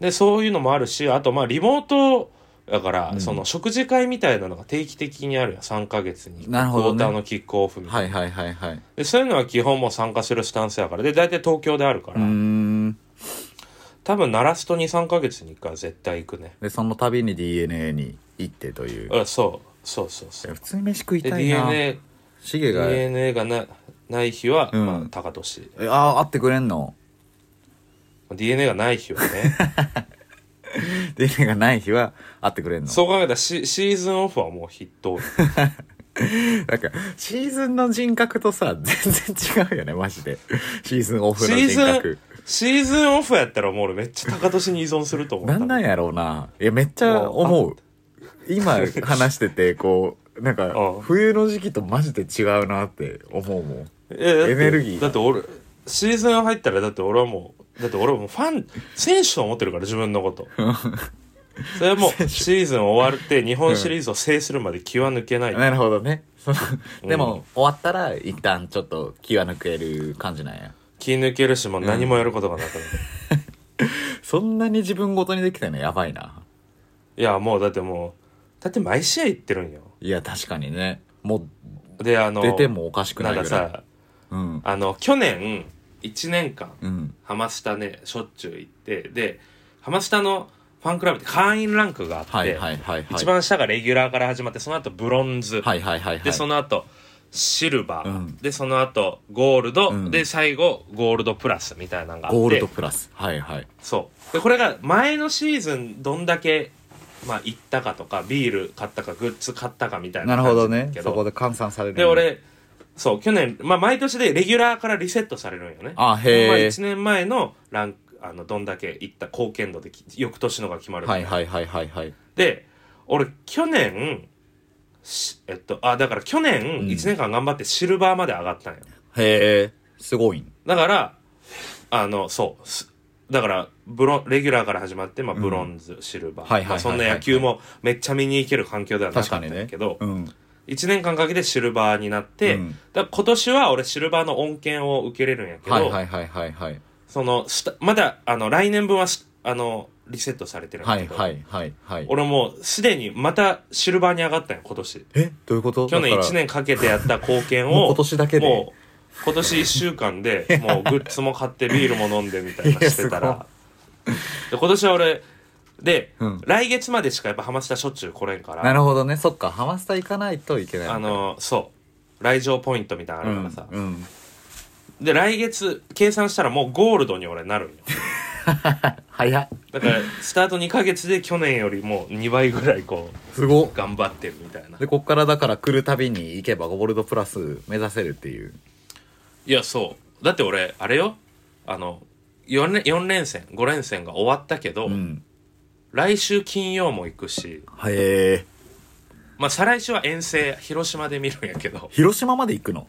A: でそういうのもあるしあとまあリモートだから、その食事会みたいなのが定期的にあるやん3ヶ月に
B: なるほ
A: ク
B: どね
A: ォーターのキックオフみ
B: え
A: たいな、
B: はいはいはいはいはい
A: でそういうのは基本もう参加するスタンスやからで大体東京であるか
B: う
A: ら、
B: ーん
A: 多分鳴らすと23か月に1回は絶対行くね
B: でその度に DNA に行ってという
A: うんそうそうそう
B: い
A: そう
B: や普通に飯食い
A: で
B: たいな
A: DNA,
B: シゲが
A: DNA がなない日は、
B: うん
A: まあ高年
B: えああ会ってくれんの
A: DNA がない日はね [LAUGHS]
B: DNA がない日は会ってくれんの
A: そう考えたらシシーズンオフはもう筆頭
B: なんかシーズンの人格とさ全然違うよねマジでシーズンオフ
A: シ
B: の
A: ー
B: 人
A: ズ
B: 格
A: ンシーズンオフやったらもう俺めっちゃ高年に依存すると思う
B: なんなんやろうないやめっちゃ思う
A: [LAUGHS]
B: 今話しててこうなんか
A: うん
B: 冬の時期とマジで違うなって思うもん
A: エ
B: エネルギー
A: だって俺シーズン入ったらだって俺はもうだって俺はもうファン選手と思ってるから自分の
B: [LAUGHS]
A: ことそれはもうシーズン終わって日本シリーズを制するまで気は抜け
B: [LAUGHS]
A: ない、
B: なるほどねその
A: うん
B: でも、終わったら一旦ちょっと気は抜ける感じなんや
A: 気抜けるしもう何もやることがなくな
B: [LAUGHS]
A: る、
B: そんなに自分ごとにできたのやばいない
A: やもうだってもうだって毎試合行ってるんよ
B: いや確かにねも
A: であ
B: う
A: の
B: 出てもおかしく
A: な
B: なん
A: か
B: いぐらい
A: さ
B: うん
A: あの去年1年間
B: うん
A: ハマスタねしょっちゅう行ってでハマスタのファンクラブって会員ランクがあって、
B: はいはいはいはい
A: 一番下がレギュラーから始まってその後ブロンズ、
B: はいはいはいはい
A: でその後シルバー、
B: うん
A: でその後ゴールド、
B: うん
A: で最後ゴールドプラスみたいなのがあって
B: ゴールドプラスはいはい
A: そうでこれが前のシーズンどんだけまあ行ったかとかビール買ったかグッズ買ったかみたい
B: な
A: な
B: る
A: 感
B: ほ
A: じ
B: ど
A: んだ
B: ね
A: け
B: そこで換算される
A: で俺そう去年、まあ、毎年でレギュラーからリセットされるんよね
B: あへー
A: まあ、1年前のランクあのどんだけ行った貢献度でき翌年のが決まるみた
B: はいい
A: な
B: はいはいはいはい
A: で俺去年しえっとあだから去年
B: うん
A: 1年間頑張ってシルバーまで上がったんよ、
B: へえすごいん
A: だからあのそうすだからブロンレギュラーから始まって、まあ、ブロンズ、シルバ
B: はいは
A: ー
B: いはい
A: まあそんな野球もめっちゃ見に行ける環境ではなかっ
B: 確
A: た
B: か
A: ん
B: に
A: だ
B: ね
A: けど、
B: うん
A: 1年間かけてシルバーになって、
B: うん
A: だから今年は俺シルバーの恩恵を受けれるんやけど、
B: はいはいはいはいはい
A: そのスタまだあの来年分はスあのリセットされてるん
B: は
A: だけ
B: い
A: ど、
B: はいはいはい
A: 俺もうすでにまたシルバーに上がったんよ今年。
B: えどういうこと
A: 去年
B: だから
A: 1年かけてやった貢献
B: もう
A: を
B: 今年だけで
A: もう今年1週間でもうグッズも買ってビールも飲んでみたいなしてた
B: いや
A: らで今年は俺で、
B: うん
A: 来月までしかやっぱハマスタしょっちゅう来れんから
B: なるほどねそっかハマスタ行かないといけない
A: あのそう来場ポイントみたいな
B: う
A: のあるから
B: ん
A: さ、
B: うん
A: で来月計算したらもうゴールドに俺なるんよ
B: 早っ
A: だからスタート2ヶ月で去年よりも2倍ぐらいこう
B: すごっ
A: 頑張ってるみたいな
B: でこっからだから来るたびに行けばゴールドプラス目指せるっていう
A: いやそうだって俺あれよあの 4, 四連戦5連戦が終わったけど、
B: うん
A: 来週金曜も行くし、
B: へえ
A: まあ、再来週は遠征広島で見るんやけど
B: 広島まで行くの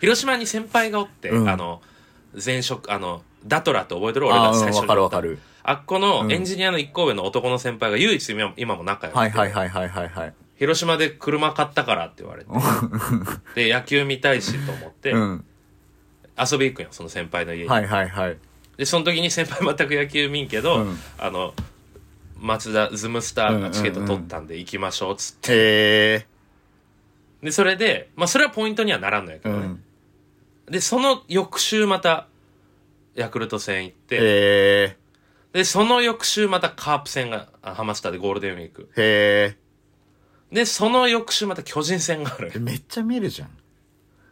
A: 広島に先輩がおって、
B: うん
A: あの前職あのダトラって覚えてる俺
B: あ
A: が
B: あ
A: 最
B: ー
A: 初
B: うん
A: に
B: わかるわかる
A: あっこのエンジニアの一個上の男の先輩が唯一今も今も仲良くて、
B: はいはいはいはいはいはい。
A: 広島で車買ったからって言われて、で、野球見たいしと思って、
B: うん。
A: 遊び行くんよ、その先輩の家に。
B: はいはいはい。
A: で、その時に先輩全く野球見んけど、
B: うん
A: あの、松田、ズムスターがチケット取ったんで行きましょう、つって。
B: へ
A: で、それで、まあそれはポイントにはならんのやけ
B: え。う
A: どね。
B: ん。
A: で、その翌週また、ヤクルト戦行って、
B: へ
A: で、その翌週またカープ戦が、あハマスターでゴールデンウィーク。
B: え。へ
A: で、その翌週また巨人戦がある
B: え。。めっちゃ見るじゃん。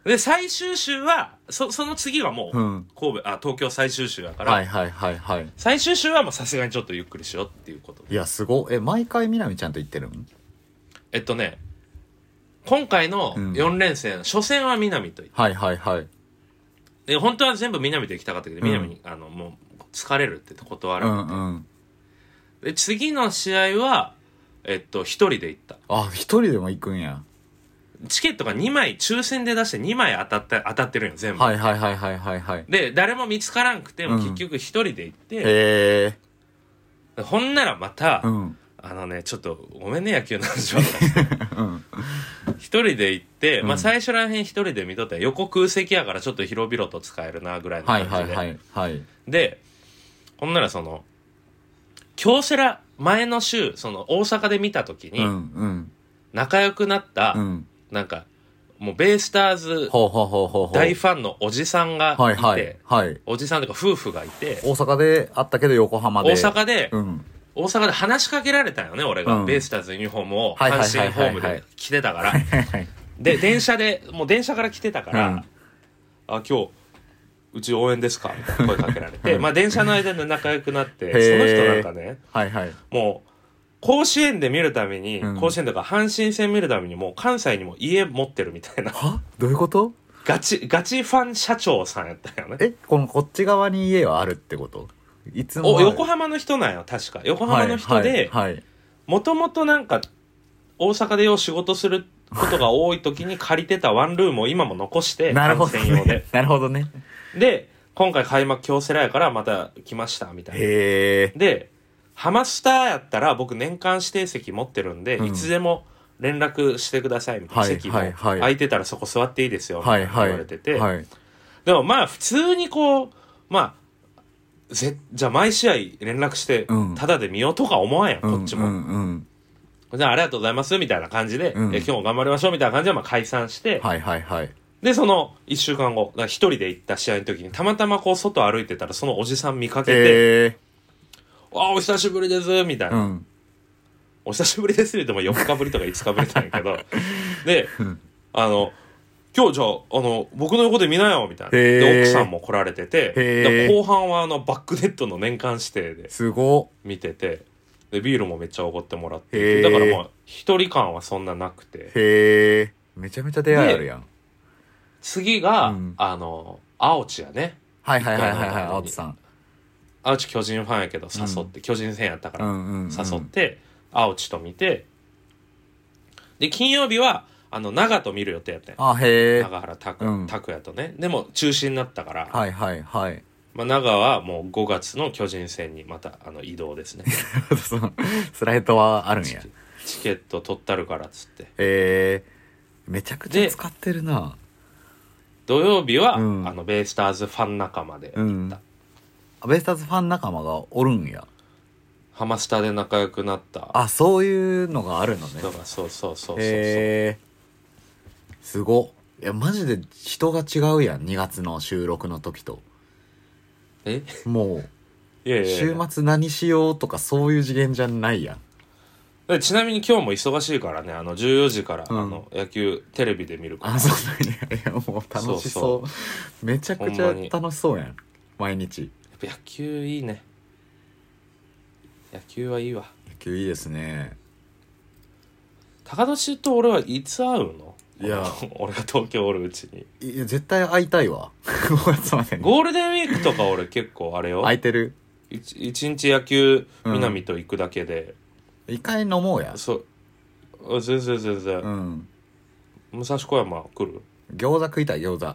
A: で、最終週は、そ、その次はもう、
B: うん
A: 神戸、あ、東京最終週だから、
B: はいはいはいはい。
A: 最終週はもうさすがにちょっとゆっくりしようっていうことで。
B: いや、すごっ。え、毎回みなみちゃんと行ってるん
A: えっとね、今回の
B: うん
A: 4連戦、初戦は南と言って、
B: はいはいはい。
A: で、本当は全部南と行きたかったけど、
B: うん
A: 南に、あの、もう、疲れるって断
B: う
A: られて、
B: んうん。
A: で、次の試合は、えっと、一人で行った。
B: あ、一人でも行くんや。
A: チケットが2枚、抽選で出して2枚当たった、当たってるんよ、全部。
B: はいはいはいはいはいはい。
A: で、誰も見つからんくて、
B: うん
A: 結局一人で行って、
B: へ
A: ほんならまた、
B: え。うん。
A: あのね、ちょっと、ごめんね、野球の話ばっかりして
B: [LAUGHS] うん。
A: 一人で行って、ま
B: う
A: あ
B: ん
A: 最初らへん一人で見とったら横空席やからちょっと広々と使えるな、ぐらいの
B: は
A: 感
B: い
A: じで。
B: はいはいはい。
A: で、ほんならその、京セラ、前の週、その大阪で見た時
B: うん
A: に、
B: うん
A: 仲良くなった、
B: うん。
A: なんか、もうベイスターズ
B: ほうほうほうほうほう。
A: 大ファンのおじさんがいて、
B: はいはいはい。
A: おじさんというか夫婦がいて、
B: 大阪であったけど横浜で。
A: 大阪で、
B: うん。 [LAUGHS]
A: 大阪で話しかけられたよね、俺が。
B: うん
A: ベイスターズのユニフォームを
B: は
A: 阪
B: いはいはいはい
A: 神ホームで着てたから。で、電車で、もう電車から来てたから、
B: うん
A: あ、今日、うち応援ですかみたいな声かけられて、まあ電車の間で仲良くなって、
B: へー
A: その人なんかね、
B: はいはい。
A: もう、甲子園で見るために、
B: うん
A: 甲子園とか阪神戦見るためにもう関西にも家持ってるみたい
B: [LAUGHS]
A: な、
B: はどういうこと
A: ガチ、ガチファン社長さんやったよね。
B: え、このこっち側に家はあるってこといつも
A: お、
B: ある。
A: 横浜の人なんよ、確か。横浜の人で、
B: はいはい
A: もともとなんか、大阪でよう仕事することが多い時に借りてたワンルームを今も残し
B: はい。
A: て、
B: なるほど
A: 観戦用
B: ね
A: で。。
B: [LAUGHS] なるほどね。
A: で、今回開幕京セラやからまた来ました、みたいな。
B: へえ。
A: で、ハマスターやったら僕年間指定席持ってるんで、
B: うん
A: いつでも連絡してください、みたいな。
B: はい
A: 席も
B: はいはい
A: 空いてたらそこ座っていいですよ、みた
B: はいい
A: な
B: はい。
A: 言われてて。
B: はい。
A: でもまあ普通にこう、まあ、ぜじゃあ毎試合連絡して
B: うん、
A: タダで見ようとか思わんやん、こっちも。
B: うんうんうん。
A: じゃあありがとうございますみたいな感じで、
B: うん
A: え今日も頑張りましょうみたいな感じでまあ解散して、
B: はいはいはい。
A: で、その1週間後、だから一人で行った試合の時に、たまたまこう外歩いてたらそのおじさん見かけて、
B: へえ。
A: ああ、お久しぶりですみたいな、
B: うん。
A: お久しぶりですって言っても4日ぶりとか5日ぶりなんや
B: [LAUGHS]
A: けど、で、あの、今日じゃあ、あの、僕の横で見なよみたいな。
B: へー
A: で、奥さんも来られてて、
B: へー
A: だから後半はあの、バックネットの年間指定です
B: ごっ。
A: 見てて、で、ビールもめっちゃおごってもらって
B: へ
A: て、だ
B: ー
A: からまあ、一人感はそんななくて、
B: へえ。めちゃめちゃ出会いあるやん。
A: 次が、
B: うん
A: あの、青地やね。
B: はいはいはいはい
A: 一
B: は
A: 回
B: い、
A: の
B: 青津さん。
A: 青地巨人ファンやけど誘って、巨人戦やったか
B: う
A: ら、
B: んうん、うん。
A: 誘って、青地と見て、で、金曜日は、あの、長と見る予定やったんや
B: あ、へえ。
A: 長原拓
B: うん
A: 拓也とね。でも、中止になったから、
B: はいはいはい。 [LAUGHS]
A: まあ、長はもう5月の巨人戦にまた、あの、移動です
B: [LAUGHS]
A: ね。
B: そのスライドはあるんや。
A: チケット取ったるからっつって。
B: へえ。めちゃくちゃ
A: で
B: 使ってるな。
A: 土曜日は、
B: うん
A: あの、ベイスターズファン仲間で、
B: うん。ベイスターズファン仲間がおるんや。
A: ハマスタで仲良くなった
B: あ、そういうのがあるのね。
A: 人が、そうそうそうそうそう。
B: へえ。すごっ。いや、マジで人が違うやん。2月の収録の時と。
A: え
B: も、
A: いやいうやいや
B: 週末何しようとかそういう次元じゃないやん。
A: でちなみに今日も忙しいからねあの14時から、
B: うん
A: あの野球テレビで見るから
B: あ、そうなんや。いや、もう楽しそう。めちゃくち
A: ほ
B: ゃ
A: んまに
B: 楽しそうやん。毎日。
A: やっぱ野球いいね野球はいいわ
B: 野球いいですね。
A: 高年と俺はいつ会うの
B: いや
A: [LAUGHS] 俺が東京おるうちに
B: いや、絶対会いたいわ。5月 [LAUGHS] までに。
A: ゴールデンウィークとか俺結構あれよ
B: 空いてる。
A: 一一日野球
B: うん
A: 南と行くだけで、
B: 一回飲もうや。
A: そうあ全然全然、
B: うん。
A: 武蔵小山来る
B: 餃子食いたい、餃子。
A: あ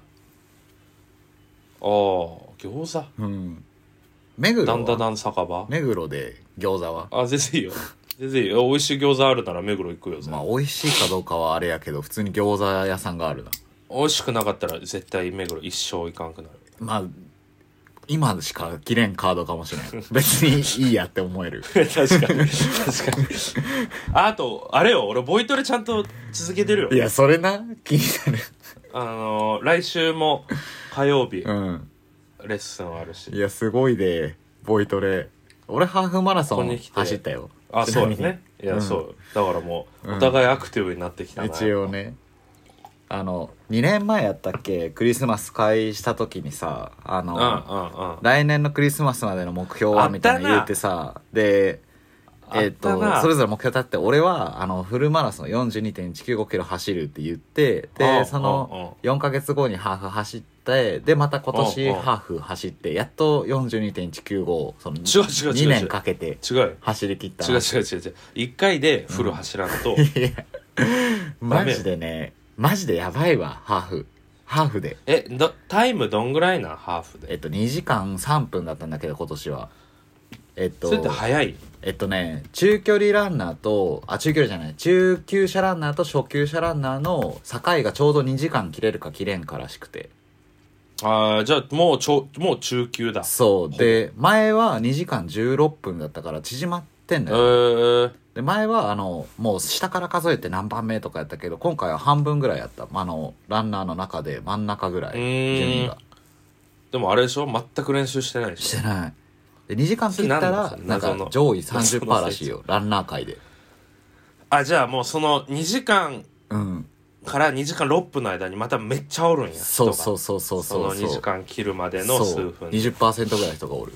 A: あ餃子
B: うん。目黒
A: ダンダ
B: は
A: ダン酒場
B: 目黒で餃子は
A: あ全然いいよ全然いいよ美味しい餃子あるなら目黒行くよ、
B: まあ美味しいかどうかはあれやけど普通に餃子屋さんがあるな
A: 美味しくなかったら絶対目黒一生行かんくなる
B: [LAUGHS] まあ今しか切れんカードかもしれ [LAUGHS] ない別にいいやって思える
A: 確かに確かにああとあれよ俺ボイトレちゃんと続けてるよ
B: いやそれな気になる
A: あのー来週も火曜日
B: うん
A: レッスンあるし
B: いやすごいでボイトレ俺ハーフマラソ
A: ここ
B: ン
A: に来て
B: 走ったよ
A: あそうや
B: ちなみに
A: ねいや、
B: うん
A: そうだからもう
B: うん
A: お互いアクティブになってきたな、
B: 一応ねあの2年前やったっけクリスマス会した時にさあ
A: う
B: の、
A: んうんうん
B: 来年のクリスマスまでの目標
A: あ
B: は
A: ったな
B: みたいな言ってさで
A: あ
B: え
A: っ
B: った
A: な
B: とそれぞれ目標立って俺はあのフルマラソン4 2 1 9 5キロ走るって言って
A: うん
B: でその4ヶ月後にハーフ走ってでまた今年ハーフ走ってやっと42.195その
A: 違う違う違う違う
B: 2年かけて
A: 違うよ
B: 走り切った
A: 違う違う違う違う一回でフル走らんと、
B: マジでねマジでやばいわハーフハーフで
A: [LAUGHS] えどタイムどんぐらいなんハーフ
B: え
A: で
B: っと2時間3分だったんだけど今年はえっと
A: それって早い
B: えっとね中距離ランナーとあ中距離じゃない中級者ランナーと初級者ランナーの境がちょうど2時間切れるか切れんからしくて
A: ああじゃあもうちょもう中級だ
B: そうで前は2時間16分だったから縮まってん
A: え
B: だよ、
A: ー、
B: で前はあのもう下から数えて何番目とかやったけど今回は半分ぐらいやったあのランナーの中で真ん中ぐらい
A: うーん
B: 順位が
A: でもあれでしょ全く練習してないで
B: し
A: して
B: ないで2時間切ったら
A: それな
B: な
A: んんだそれ謎の
B: か上位30%らしいよランナー界で
A: ょあじゃあもうその2時間
B: うん
A: から2時間6分の間にまためっちゃおるんや
B: そうそう
A: そ
B: そうそう
A: その
B: そう
A: 2時間切るまでの数
B: そう
A: 分
B: 20%ぐらいの人がおる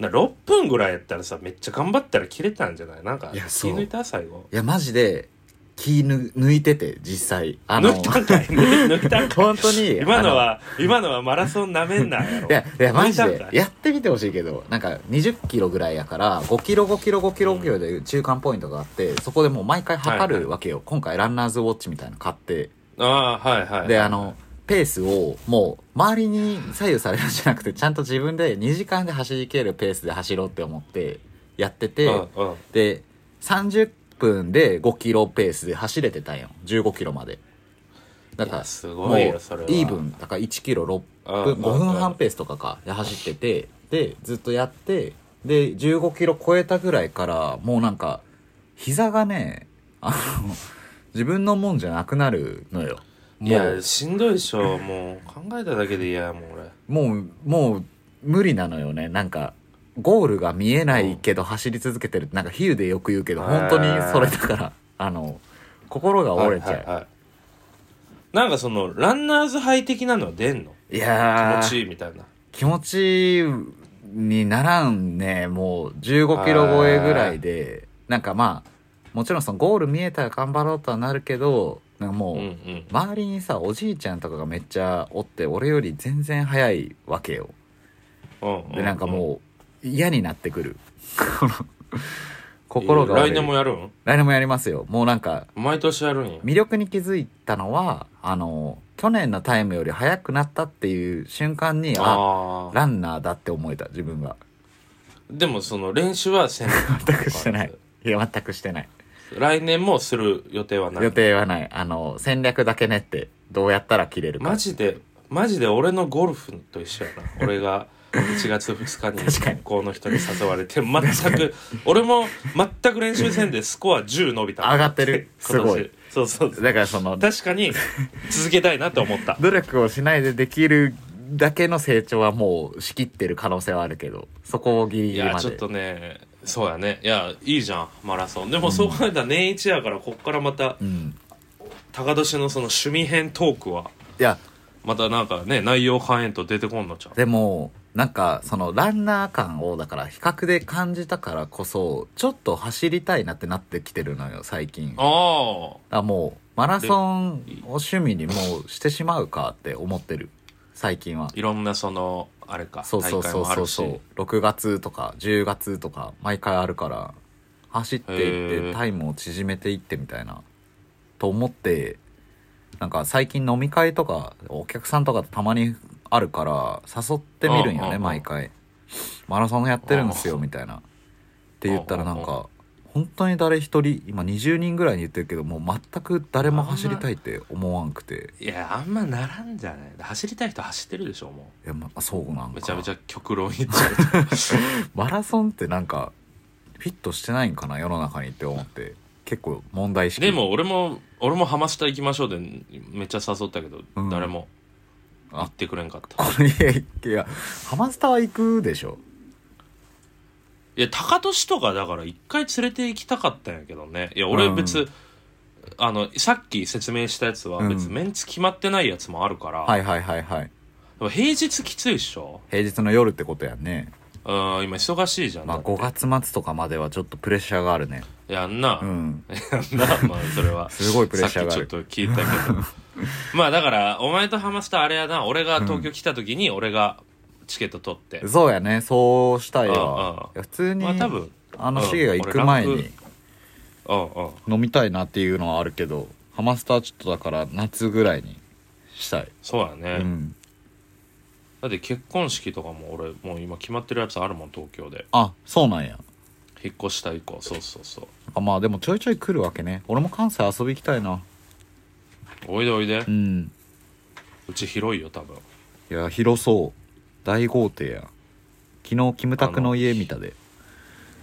A: な6分ぐらいやったらさめっちゃ頑張ったら切れたんじゃないなんか
B: い
A: 気
B: やそう
A: 抜いた最後
B: いやマジで気抜抜いてて実際あの
A: 抜いたんか
B: [LAUGHS]
A: い抜いたんかい
B: 本当に
A: 今の
B: あ
A: は今のはマラソンなめんなやろ
B: のいやいやマジ
A: 抜い
B: で
A: たんかい
B: やってみてほしいけどなんか2 0キロぐらいやから5キロ5キロ5キロ5キロで中間ポイントがあってそこでもう毎回測るわけよ、今回ランナーズウォッチみたいなの買って
A: ああはいはい
B: であのペースをもう周りに左右されるんじゃなくてちゃんと自分で2時間で走りきれるペースで走ろうって思ってやって
A: う
B: て、
A: んうん
B: で30分で5キロペースで走れてたんよ15キロまでだか
A: い
B: ら
A: やすごいよ
B: もう
A: それは
B: イーブンだから1キロ6分
A: うん
B: 5分半ペースとかかで走っててでずっとやってで15キロ超えたぐらいからもうなんか膝がねあの自分のもんじゃなくなるのよ
A: い
B: も
A: や
B: う
A: しんどいでしょもう考えただけで嫌やもん俺
B: もうもう無理なのよねなんかゴールが見えないけど走り続けてるってなんか比喩でよく言うけど
A: へ
B: 本
A: ー
B: 当にそれだからあの心が折れちゃう、
A: はい
B: い
A: はいはいなんかそのランナーズハイ的なのは出んの
B: やー
A: 気持ちいいみたいな
B: 気持ちにならんねもう15キロ超えぐらいでなんかまあもちろんそのゴール見えたら頑張ろうとはなるけどなんかもう、
A: うんうん
B: 周りにさおじいちゃんとかがめっちゃおって俺より全然早いわけよ
A: うん
B: でなんか
A: う
B: もう嫌になってくるこの
A: 心
B: [LAUGHS] 心が
A: が来
B: 折れる
A: 年もやるん
B: 来年もやりますよもうなんか
A: 毎年やるんや
B: 魅力に気づいたのはあの去年のタイムより速くなったっていう瞬間にあ
A: ああ
B: ランナーだって思えた自分が
A: でもその練習は
B: [LAUGHS]
A: せん
B: 全くしてないいや全くしてない
A: 来年もする予定はない
B: 予定はないあの戦略だけねってどうやったら切れるか
A: マジでマジで俺のゴルフと一緒やな俺が1月2日に
B: [LAUGHS] 確かに
A: 学校の人に誘われて全く俺も全く練習せんでスコア10伸びた
B: 上がってる
A: 今年
B: すごい
A: そうそう
B: だからその
A: 確かに続けたいなと思っ
B: [LAUGHS]
A: た
B: 努力をしないでできるだけの成長はもう仕切ってる可能性はあるけどそこをギリ
A: い
B: ギリ
A: や
B: ま
A: ちょっ
B: で
A: とねそうやねいやいいじゃんマラソンでもそう考えたら年一やからこっからまた
B: うん
A: 高年のその趣味編トークはい
B: や
A: またなんかね内容反映と出てこんのちゃう
B: でもなんかそのランナー感をだから比較で感じたからこそちょっと走りたいなってなってきてるのよ最近だか
A: あ
B: らもうマラソンを趣味にもうしてしまうかって思ってる最近は
A: あいろんなそのあれか
B: そうそうそうそうそう6月とか10月とか毎回あるから走っていっ
A: へ
B: て
A: ー
B: タイムを縮めていってみたいなと思ってなんか最近飲み会とかお客さんとかとたまにあるから誘ってみるん
A: う
B: よ
A: んうん
B: ね
A: うん
B: 毎回マラソンやってるんですよみたいなって言ったらなんか本当に誰一人今20人ぐらいに言ってるけどもう全く誰も走りたいって思わんくて
A: いやあんまならんじゃない走りたい人走ってるでしょも
B: いやまあそうなん
A: う
B: か
A: めちゃめちゃ極論言っちゃうと
B: マラソンってなんかフィットしてないんかな世の中にって思って結構問題意識
A: でも俺も俺もハマスタ行きましょうでめっちゃ誘ったけど、
B: うん
A: 誰も
B: あ
A: 行ってくれんかった
B: これいやいやハマスタは行くでしょ
A: いや高俊とかだから一回連れて行きたかったんやけどねいや俺別、
B: う
A: あのさっき説明したやつは別、
B: うん
A: メンツ決まってないやつもあるから、
B: はいはいはいはい
A: でも平日きついっしょ
B: 平日の夜ってことやね
A: うん今忙しいじゃん、
B: まあ
A: だって
B: 5月末とかまではちょっとプレッシャーがあるね
A: [LAUGHS] やんな、
B: うん
A: やんなまあそれは
B: [LAUGHS] すごいプレッシャーがあ
A: さ
B: る
A: っきちょっと聞いたけど [LAUGHS] まあだからお前とハマスタあれやな俺が東京来た時に俺がチケット取って、
B: そうやねそうしたい
A: うんうん
B: わいや普通に
A: まあ多分
B: あ
A: う
B: の
A: ん
B: シゲが行く前
A: 俺
B: に
A: ランうんうん
B: 飲みたいなっていうのはあるけどハマスタはちょっとだから夏ぐらいにしたい
A: そうやね、
B: うん
A: だって結婚式とかも俺もう今決まってるやつあるもん東京で
B: あそうなんや
A: 引っ越した以降そうそうそう
B: あまあでもちょいちょい来るわけね俺も関西遊び行きたいな
A: おいでおいで、う
B: うん
A: ち広いよ多分
B: いや広そう大豪邸や昨日キムタクの家見たで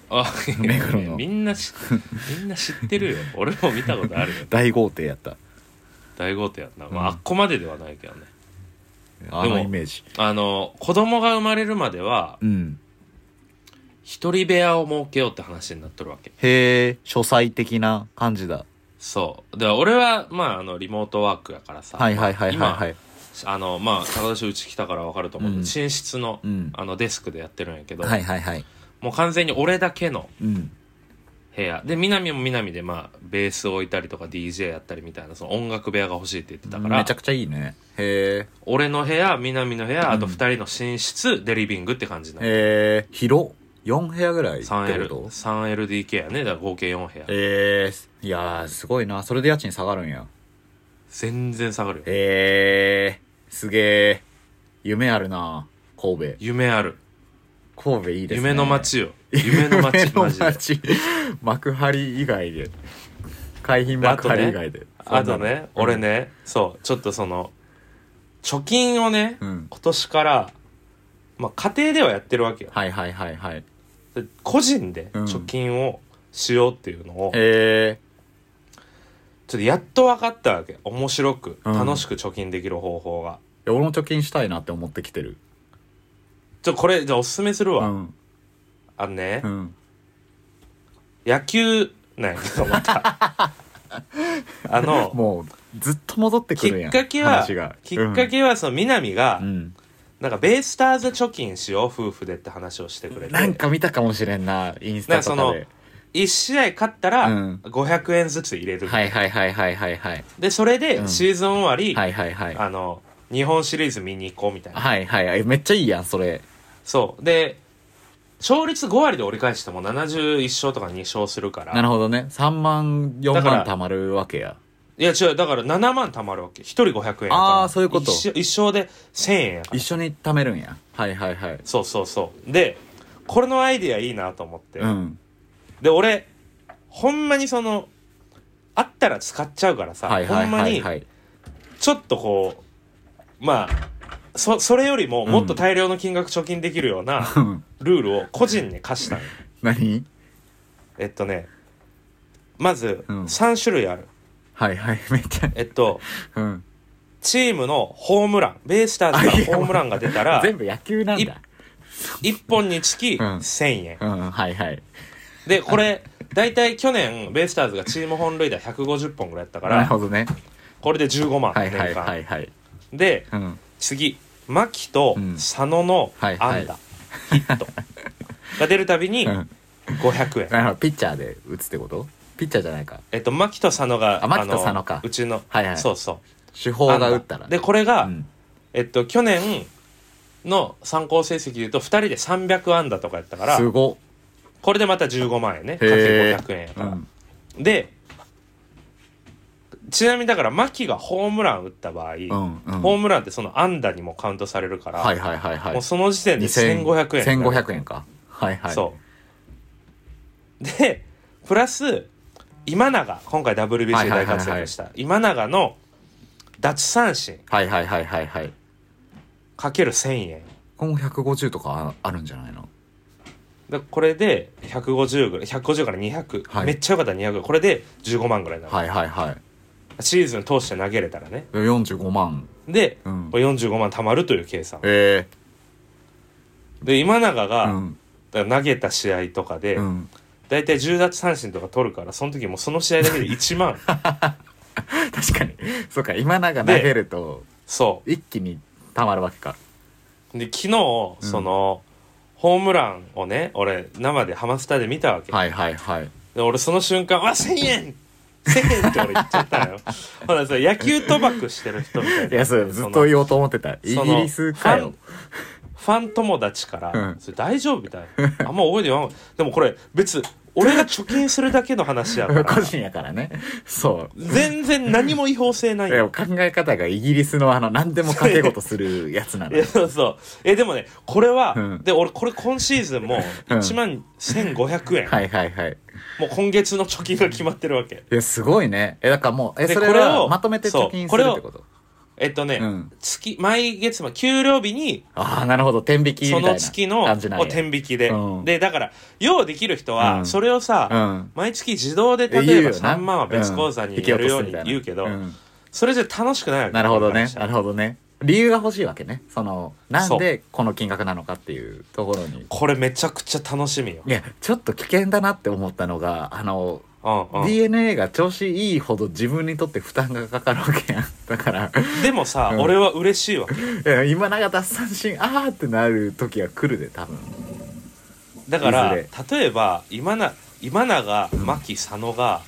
A: あ
B: 目黒の
A: [LAUGHS] みんな知みんな知ってるよ俺も見たことあるよ
B: 大豪邸やった
A: 大豪邸やんな、まあ、
B: うん
A: あっこまでではないけどね
B: あのイメージ
A: あの子供が生まれるまでは
B: うん
A: 一人部屋を設けようって話になっとるわけ
B: へえ書斎的な感じだ
A: そうで俺はまああのリモートワークやからさ
B: はいはいはい
A: ま
B: は
A: あ
B: いはい
A: 今あのまあ高田氏うち来たから分かると思うけど、
B: うん
A: 寝室の,、
B: うん
A: あのデスクでやってるんやけど、
B: はいはいはい
A: もう完全に俺だけの
B: うん
A: 部屋で南も南でまあベース置いたりとか DJ やったりみたいなその音楽部屋が欲しいって言ってたから
B: めちゃくちゃいいねへ
A: 俺の部屋南の部屋あと2人の寝室、でリビングって感じな
B: え
A: の
B: へえ広4部屋ぐらいってこと
A: 3L3LDK やねだから合計4部屋
B: ええいやーすごいなそれで家賃下がるんや
A: 全然下がるよ
B: ええすげえ夢あるな神
A: 夢ある
B: 戸神戸いいですね
A: 夢の街よ夢の街
B: [LAUGHS] 夢の
A: マ
B: [LAUGHS]
A: ジで
B: 街幕張以外で海浜幕張以外で
A: あとね
B: そんな
A: 俺
B: の
A: ねそうちょっとその貯金をね、
B: うん
A: 今年からまあ家庭ではやってるわけよ
B: はいはいはいはいへ
A: で個人で
B: うん
A: 貯金をしようっていうのを、
B: え
A: ちょっとやっと分かったわけ面白く
B: うん
A: 楽しく貯金できる方法が、
B: 俺も貯金したいなって思ってきてる
A: ちょこれじゃあおすすめする
B: う
A: わ、
B: ん
A: あのね、
B: うん
A: 野球なんやけどまた
B: [LAUGHS]
A: あの
B: もうずっと戻ってく
A: き
B: るや
A: っ
B: ん
A: かけは
B: 話が
A: きっかけはその南が、
B: うん
A: なんかベイスターズ貯金しよう夫婦でって話をしてく
B: う
A: れ
B: ん
A: て
B: なんか見たかもしれんなインスタ
A: な
B: と
A: んか
B: か
A: そ
B: で
A: 1試合勝ったら
B: うん
A: 500円ずつ入れる、
B: はいはいはいはいはいはい
A: でそれで
B: ん
A: シーズン終わり、
B: はいはいはい
A: あの日本シリーズ見に行こうみたいな、
B: はいはいはいめっちゃいいやんそれ
A: そうで勝率5割で折り返しても71勝とか2勝するから
B: なるほどね3万4
A: だか
B: 万
A: ら
B: 貯まるわけや
A: いや違うだから7万貯まるわけ1人500円やから
B: あーそういうこと
A: 一生一生で1000円やから
B: 一緒に貯めるんやはいはいはい
A: そうそうそうでこれのアイディアいいなと思って、
B: うん
A: で俺ほんまにそのあったら使っちゃうからさ、
B: はいはい
A: ほんま
B: はい
A: に
B: はい
A: ちょっとこうまあそそれよりももっと大量の金額貯金できるよう
B: [LAUGHS]
A: な
B: うん
A: ルールを個人に課したの
B: 何
A: えっとねまず
B: うん
A: 3種類ある、
B: はいはい [LAUGHS] めっちゃ
A: えっと
B: うん
A: チームのホームランベイスターズ
B: あい
A: が
B: や
A: ホームランが出たら
B: [LAUGHS] 全部野球なん
A: い
B: だ
A: 1本につき
B: うん
A: 1000円、
B: うんはいはい
A: でこれ大体去年ベイスターズがチーム本塁打150本ぐらいやったか
B: なる
A: ら
B: ほどね
A: これで15万
B: は
A: 年
B: い
A: 間、
B: はいはいはい
A: で
B: うん
A: 次牧と
B: うん
A: 佐野の
B: は
A: 安
B: い
A: 打、
B: はい
A: ヒットが出るたびに
B: うん
A: 500円、
B: なるほどピッチャーで打つってことピッチャーじゃないか
A: えっと牧と佐野が
B: あ牧と
A: の
B: 佐野か
A: うちの、
B: はいはい
A: そうそう
B: 主砲が打った
A: 安
B: ら
A: 打でこれが、
B: うん
A: えっと去年の参考成績でいうと2人で300安打とかやったから
B: すご
A: これでまた15万円ねかけ
B: へー
A: 500円やから、
B: うん
A: でちなみにだから牧がホームラン打った場合、
B: うんうん
A: ホームランってその安打にもカウントされるから、
B: はいはいはいはい
A: もうその時点で1500円
B: 千五百円かはいはい
A: そうでプラス今永今回 WBC で大活躍した、今永の奪三振
B: はいはいはいはいはい
A: かける1000円
B: 今後150とかああるんじゃないの
A: でこれで150ぐらい150から200、
B: はい
A: めっちゃよかったら200これで15万ぐらいになる、
B: はいはいはい
A: シーズン通して投げれたらね
B: 45万
A: で、
B: うん
A: これ45万貯まるという計算
B: え
A: で今永
B: え
A: が、
B: うん
A: だから投げた試合とかで、
B: うん
A: 大体10奪三振とか取るからその時もうその試合だ
B: [LAUGHS]
A: けで1万
B: 確かにそうか今永投げると
A: そ
B: 一気にたまるわけか
A: うで昨日
B: うん
A: その、ホームランをね俺生でハマスタで見たわけ、
B: はいはいはい
A: で俺その瞬間「わ1000円!」1000円って俺言っちゃった
B: [LAUGHS]
A: のよほらさ野球賭博してる人みたい
B: い
A: な
B: やそれずっと言おうと思ってたイギ
A: その
B: リスかよ
A: ファン友達から「
B: うん
A: それ大丈夫?」みたいな「あんま覚えてない」でもこれ別俺が貯金するだけの話やか
B: [LAUGHS]
A: ら
B: 個人やからねそう
A: 全然何も違法性ない
B: い
A: よ
B: や考え方がイギリスのあの何でも掛け事するやつなの
A: い [LAUGHS] や
B: よ
A: そうそうえでもねこれは、
B: うん
A: で俺これ今シーズンも
B: うん
A: 1万1500円、
B: はいはいはい
A: もう今月の貯金が決まってるわけ
B: いやすごいねえだからもうえ
A: で
B: それ
A: これ
B: は
A: を
B: まとめて貯金するってこと
A: えっとね、
B: うん
A: 月毎月も給料日に
B: ああなるほど天引きみた
A: そ
B: いな
A: の月の
B: 感じなんや
A: を天引きで、
B: うん
A: でだから用できる人
B: うん
A: はそれをさ、
B: うん
A: 毎月自動で
B: 言
A: 例
B: う
A: えば
B: よな
A: 3万は別口座に
B: 引
A: 入
B: き
A: れ
B: 落
A: る
B: と
A: よ
B: す
A: う
B: み
A: に
B: たいな
A: 言うけど、
B: ん
A: それじゃ楽しくないわけ
B: [LAUGHS] なるほどね
A: この話
B: なるほどね理由が欲しいわけねそのなんでこの金額なのかっていうところに
A: これめちゃくちゃ楽しみよ
B: い、やちょっと危険だなって思ったのがあの
A: うんうん
B: d n a が調子いいほど自分にとって負担がかかるわけやん [LAUGHS] だから
A: でもさ、
B: うん
A: 俺は嬉しいわけ
B: いや今永奪三振あーってなる時が来るで多分
A: だから
B: い
A: 例えば今な今永牧佐野が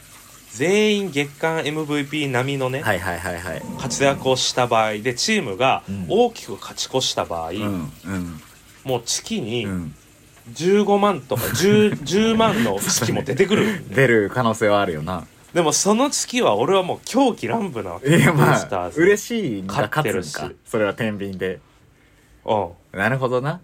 A: 全員月間 MVP 並みのね、
B: はいはいはいはい
A: 活躍をした場合でチームが
B: うん
A: 大きく勝ち越した場合、
B: うんうん
A: もう月に
B: うん
A: 15万
B: [LAUGHS]
A: とか 10, 10万の月も出てくる、
B: 出る可能性はあるよな
A: でもその月は俺はもう狂気乱舞なわけ
B: いや
A: ブ
B: ま
A: ースタ
B: あ
A: ーズ
B: 嬉しいが
A: 勝
B: 勝つん
A: っ
B: か
A: てる
B: それは天秤で
A: うん
B: なるほどな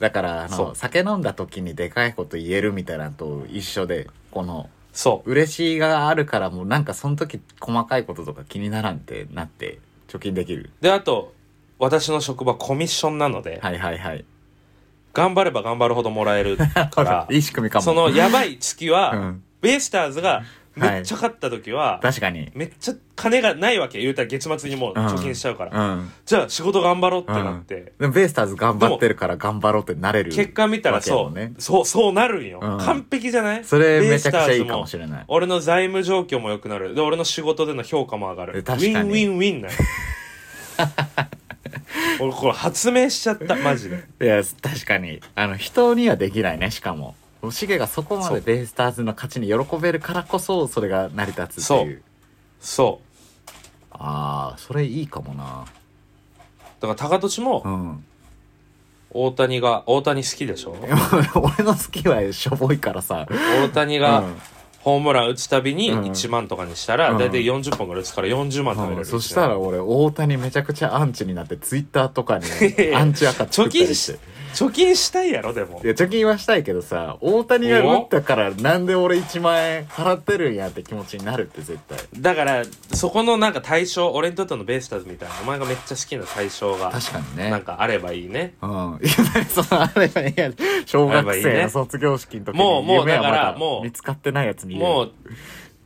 B: だからあ
A: そ
B: の
A: う
B: 酒飲んだ時にでかいこと言えるみたいなのと一緒でこの
A: そう
B: 嬉しいがあるからもうなんかその時細かいこととか気にならんってなって貯金できる
A: であと私の職場コミッションなので、
B: はいはいはい
A: 頑張れば頑張るほどもらえるか
B: [LAUGHS]
A: ら
B: いい仕組みかも
A: そのやばい月は、
B: うん
A: ベイスターズがめっちゃ勝った時は、
B: 確かに
A: めっちゃ金がないわけ言うたら月末にもう貯金しちゃうから、
B: うん
A: じゃあ仕事頑張ろうってなって、
B: でもベイスターズ頑張ってるから頑張ろうってなれる
A: 結果見たら
B: わ
A: そう、
B: けやもんね
A: そうそうなるんよ、
B: うん
A: 完璧じゃない
B: それめちゃくちゃいいかもし
A: ない
B: れない
A: 俺の財務状況も良くなるで俺の仕事での評価も上がる
B: え
A: ウ
B: 確かに
A: ィンウィンウィンなの
B: [LAUGHS]
A: 俺これ発明しちゃったマジで
B: いや確かにあの人にはできないねしかもシゲがそこま
A: そ
B: で
A: う
B: ベイスターズの勝ちに喜べるからこそそれが成り立つっていう
A: そ
B: ああそれいいかもな
A: うだから高利
B: う
A: も
B: ん [LAUGHS]
A: 大谷が大谷好きでしょ
B: 俺の好きはしょぼいからさ
A: 大谷が、ホームラン打つたびに
B: うん
A: 1万とかにしたら、
B: うん
A: 大体40本ぐらい打つから40万貯めれる、
B: うんそしたら俺大谷めちゃくちゃアンチになってツイッターとかに
A: やいや
B: アンチアカ
A: 貯
B: 作ったり
A: 金
B: し
A: して貯金したいやろでも
B: いや貯金はしたいけどさ大谷が打ったからなんで俺1万円払ってるんやって気持ちになるって絶対
A: だからそこのなんか対象俺にとってのベイスターズみたいなお前がめっちゃ好きな対象が
B: かに
A: なんかあればいいね
B: うん、いやそのあれはいや小学生の卒業式の時に
A: もうもう
B: 夢はま
A: だからもう
B: 見つかってないやつに言え
A: もう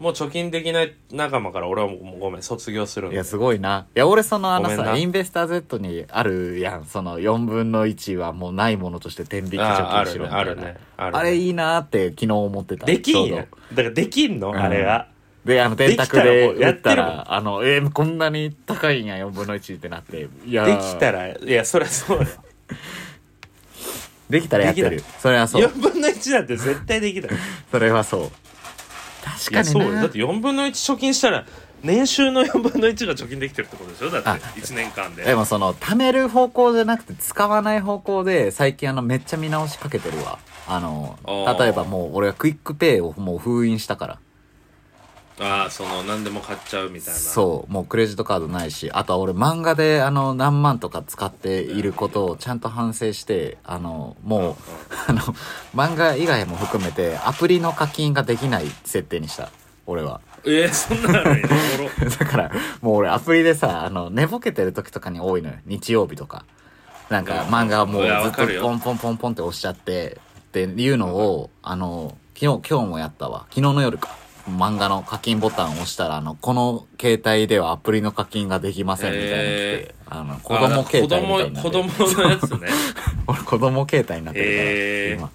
A: もう貯金できない仲間から俺はもうごめん卒業するん
B: い
A: で
B: やすごいないや俺そのあの
A: ごめん
B: さ
A: な
B: インベスター Z にあるやんその4分の1はもうないものとして天引き
A: あ
B: 貯
A: あ
B: 金し
A: る
B: ろ
A: ね
B: みた
A: あ
B: いな
A: るねあるね
B: あれいいなーって昨日思ってた
A: できん
B: ちょう
A: よ
B: ど
A: だからできんの、
B: ん
A: あれが
B: であの電卓
A: できたら
B: で
A: もうや
B: 打
A: っ
B: っ
A: る
B: て
A: もん
B: たらあのえーこんなに高いんや4分の1ってなっていや
A: できた
B: ら
A: らいやそりゃそうよ
B: できたらやって
A: で
B: る
A: き
B: それはそう
A: 4分の1なんて絶対できない
B: それはそう確
A: い
B: か
A: や
B: に
A: そう
B: な
A: よだって4分の1貯金したら年収の4分の1が貯金できてるってことでしょだって
B: あ
A: 1年間で
B: でもその貯める方向じゃなくて使わない方向で最近あのめっちゃ見直しかけてるわあの
A: あー
B: 例えばもう俺はクイックペイをもう封印したから
A: ああその何でも買っちゃうみたいな
B: そうもうクレジットカードないしあとは俺漫画であの何万とか使っていることをちゃんと反省してあのもうあの漫画以外も含めてアプリの課金ができない設定にした俺は
A: えー、そんなのあ
B: [LAUGHS]
A: るんやおもろ
B: だからもう俺アプリでさあの寝ぼけてる時とかに多いのよ日曜日とかなんか漫画もう
A: いや
B: ず
A: わ
B: っ
A: かる
B: と
A: よ
B: ポンポンポンポンって押しちゃってっていうのをあの昨日今日もやったわ昨日の夜か漫画の課金ボタンを押したらあのこの携帯ではアプリの課金ができませんみたいに来て、
A: え
B: あの子供携帯みたいにな
A: あ
B: っ
A: 子
B: て
A: 供子供のやつね
B: [LAUGHS]
A: [LAUGHS]
B: 俺子供携帯になってるから、
A: えー
B: 今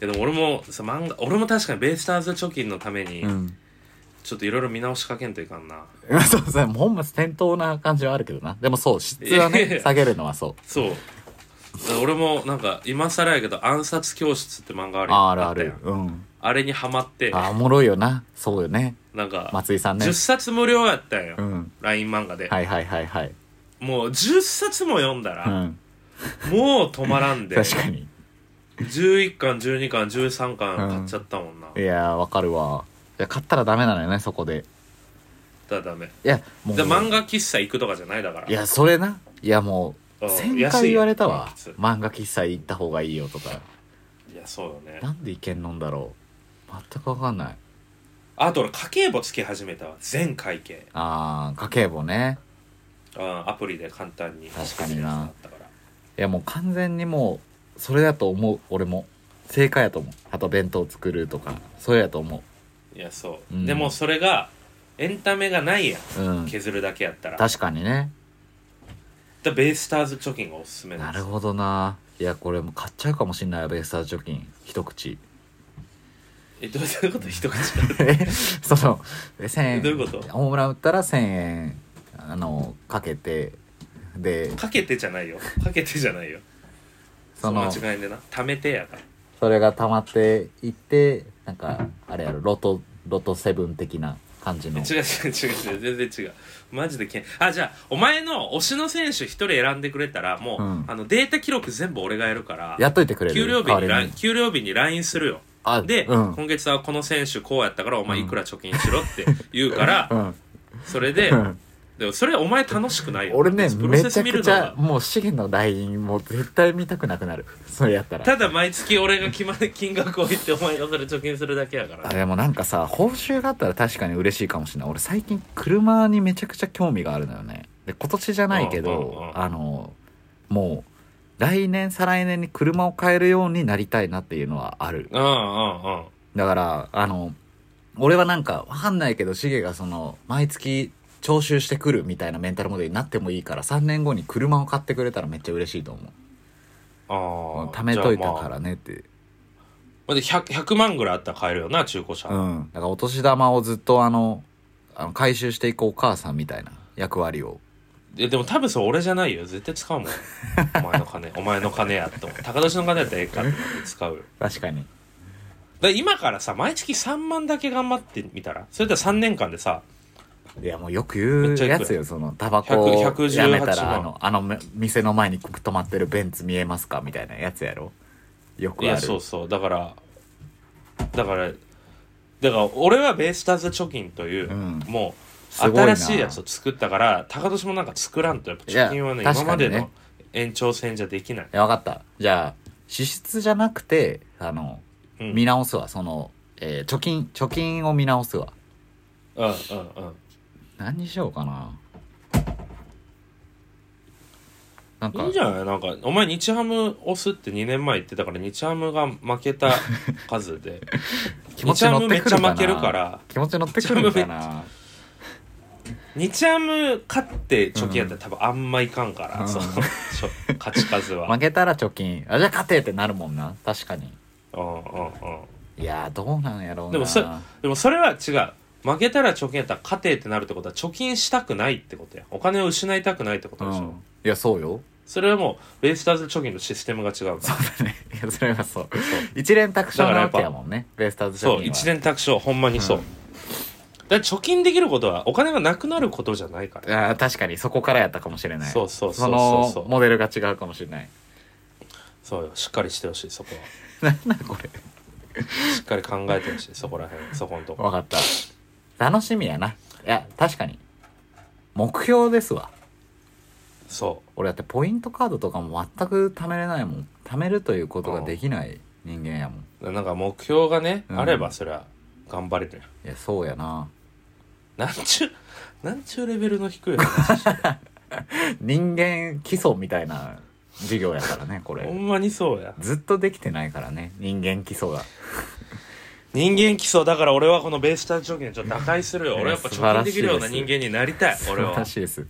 A: いやでも俺もさ漫画俺も確かにベイスターズ貯金のために、
B: うん [LAUGHS]
A: ちょっといろいろ見直しかけんといかんな
B: そうそうもうほんま戦闘な感じはあるけどなでもそう質はね下げるのはそう
A: そうだから俺もなんか今更やけど「暗殺教室」って漫画あるやん
B: ああるあ
A: った
B: る
A: やん
B: うん
A: あれにハマって
B: あーおもろいよなそうよね
A: なんか、
B: 松井さんね
A: 10冊無料やったんよ、
B: うん
A: LINE 漫画で、
B: はいはいはいはい
A: もう10冊も読んだ
B: う
A: ら、
B: ん
A: もう止まらんで
B: [LAUGHS] 確かに
A: 11巻12巻13巻買っちゃったもんな、
B: いやーわかるわいや買ったらダメなのよねそこで
A: だからダメ
B: いやもう
A: で漫画喫茶行くとかじゃないだから
B: いやそれないやもう
A: うん
B: 1000回言われたわ
A: 安いよ
B: 漫画喫茶行った方がいいよとか
A: いやそうよね
B: なんでいけんのんだろう全くわかんない
A: あと俺家計簿つけ始めたわ全会計
B: あー家計簿ね
A: うんアプリで簡単に
B: 確かにな
A: 確かにない
B: やもう完全にもうそれだと思う俺も正解やと思うあと弁当作るとかそれやと思
A: いやそう、
B: うん
A: でもそれがエンタメがないやん
B: ううん
A: 削るだけやったらだか
B: 確かにね
A: らベイスターズ貯金がおすすめです
B: なるほどないやこれもう買っちゃうかもしんないよベイスターズ貯金
A: [LAUGHS]
B: 一口
A: えどういうこと一口
B: えそのえ1000円
A: どういうこと
B: ホームラン打ったら1000円あのかけてで
A: かけてじゃないよかけてじゃないよ
B: そ
A: そ
B: の
A: の
B: そ
A: 間違いでな貯めてやから
B: れが溜まっていってなんかあれやろロトロトセブン的な感じの
A: 違う違う違う違う全然違うマジでけんあじゃあお前の推しの選手一人選んでくれたらもう、
B: うん
A: あのデータ記録全部俺がやるから
B: やっといてくれる
A: 給料日に
B: 代わり
A: LINE 給料日に LINE するよ
B: あ
A: で、
B: うん
A: 今月はこの選手こうやったからお前いくら貯金しろって言うから、
B: うん
A: [LAUGHS] それで、
B: うん
A: でもそれお前楽しくないよ
B: 俺ね
A: プロ
B: め
A: セ
B: ち
A: ス
B: ゃ
A: 見
B: く
A: る
B: ち
A: の
B: ゃ
A: は
B: もう資源の代金もう絶対見たくなくなるそれやったら
A: ただ毎月俺が決まる金額を言ってお前がそれ貯金するだけやから
B: あ
A: ね
B: でもなんかさ報酬があったら確かに嬉しいかもしれない俺最近車にめちゃくちゃ興味があるのよねで今年じゃないけ
A: うんうん
B: ど
A: うん
B: あのもう来年再来年に車を買えるようになりたいなっていうのはある
A: うんうんうん
B: だからあの俺はなんかわかんないけどシゲがその毎月徴収してくるみたいなメンタルモデルになってもいいから3年後に車を買ってくれたらめっちゃ嬉しいと思う
A: あー
B: 貯めとい
A: じゃ
B: た
A: あまあ
B: からねって
A: まあで 100, 100万ぐらいあったら買えるよな中古車、
B: うん、だからお年玉をずっとあのあの回収していくお母さんみたいな役割を
A: ででも多分それ俺じゃないよ絶対使うもんお前の金お前の金やと思う高年の金やったらええかって思って使うよだか
B: 確かに
A: ら今からさ毎月3万だけ頑張ってみたらそれで3年間でさ
B: いやもうよく言
A: めっちゃ
B: う
A: いくら
B: やつよそのタバコをや
A: 100
B: めた
A: 118
B: らあのあのめ店の前に止まってるベンツ見えますかみたいなやつやろよ
A: い
B: くあ
A: や
B: る
A: そうそうだからだからだから俺はベイスターズ貯金という、
B: うん
A: もう
B: すごいな
A: 新しいやつを作ったから高年もなんか作らんとやっぱ貯金はいね
B: や
A: 今まで
B: 確
A: の
B: か
A: 延長線じゃできない
B: いや分かったじゃあ支出じゃなくてあの、
A: うん
B: 見直すわその、えー貯金貯金を見直すわ
A: うんうんうん
B: 何にしようかななんか
A: いいんじゃないなんかお前日ハム押すって2年前言ってたから日ハムが負けた数で
B: [LAUGHS] 気持ち乗ってくる
A: 日
B: か
A: ハムめっちゃ
B: な
A: 負けるから
B: 気持ち乗ってくるんかな
A: 日ハム勝って貯金やったら多分あんまいかんから、
B: うん
A: その勝ち数
B: [LAUGHS]
A: は
B: 負けたら貯金あじゃあ勝てってなるもんな確かに
A: うんうんうん
B: いやーどうなんやろうな
A: でもそでもそれは違う負けたら貯金やったら勝てってなるってことは貯金したくないってことやお金を失いたくないってこと
B: う
A: でしょ、
B: んいやそうよ [LAUGHS]
A: それはもうベイスターズ貯金のシステムが違うから
B: ねいやそれはそう一連卓勝なわけやもんねベイスターズ
A: そう
B: 貯金は
A: 一連卓勝ほんまにそう、
B: うん
A: だから貯金できることはお金がなくなることじゃないから
B: あー確かにそこからやったかもしれない
A: そうそうそう
B: そ
A: そう
B: のモデルが違うかもしれない [LAUGHS]
A: そうよしっかりしてほしいそこは
B: なんだこれ
A: しっかり考えてほしいそこら辺そこのとこ
B: 分かった楽しみやないや確かに目標ですわ
A: そ
B: 俺だってポイントカードとかも全く貯めれないもん貯めるということができない人間やもん
A: うなんか目標がね、
B: うん
A: あればそりゃ頑張れるよ
B: いやそうやな
A: なんちゅうなんちゅうレベルの低い
B: [LAUGHS]
A: 話
B: 人間基礎みたいな授業やからねこ
A: ほ
B: れ
A: んまにそうや
B: ずっとできてないからね人間基礎が
A: 人間基礎だから俺はこのベースター貯金ちょっと打開するよ
B: いや
A: 俺やっぱ
B: 素晴
A: 貯
B: ら
A: 金
B: し
A: でき
B: いです
A: るような人間になりたい
B: [LAUGHS]
A: 俺
B: 素晴
A: は
B: らしいです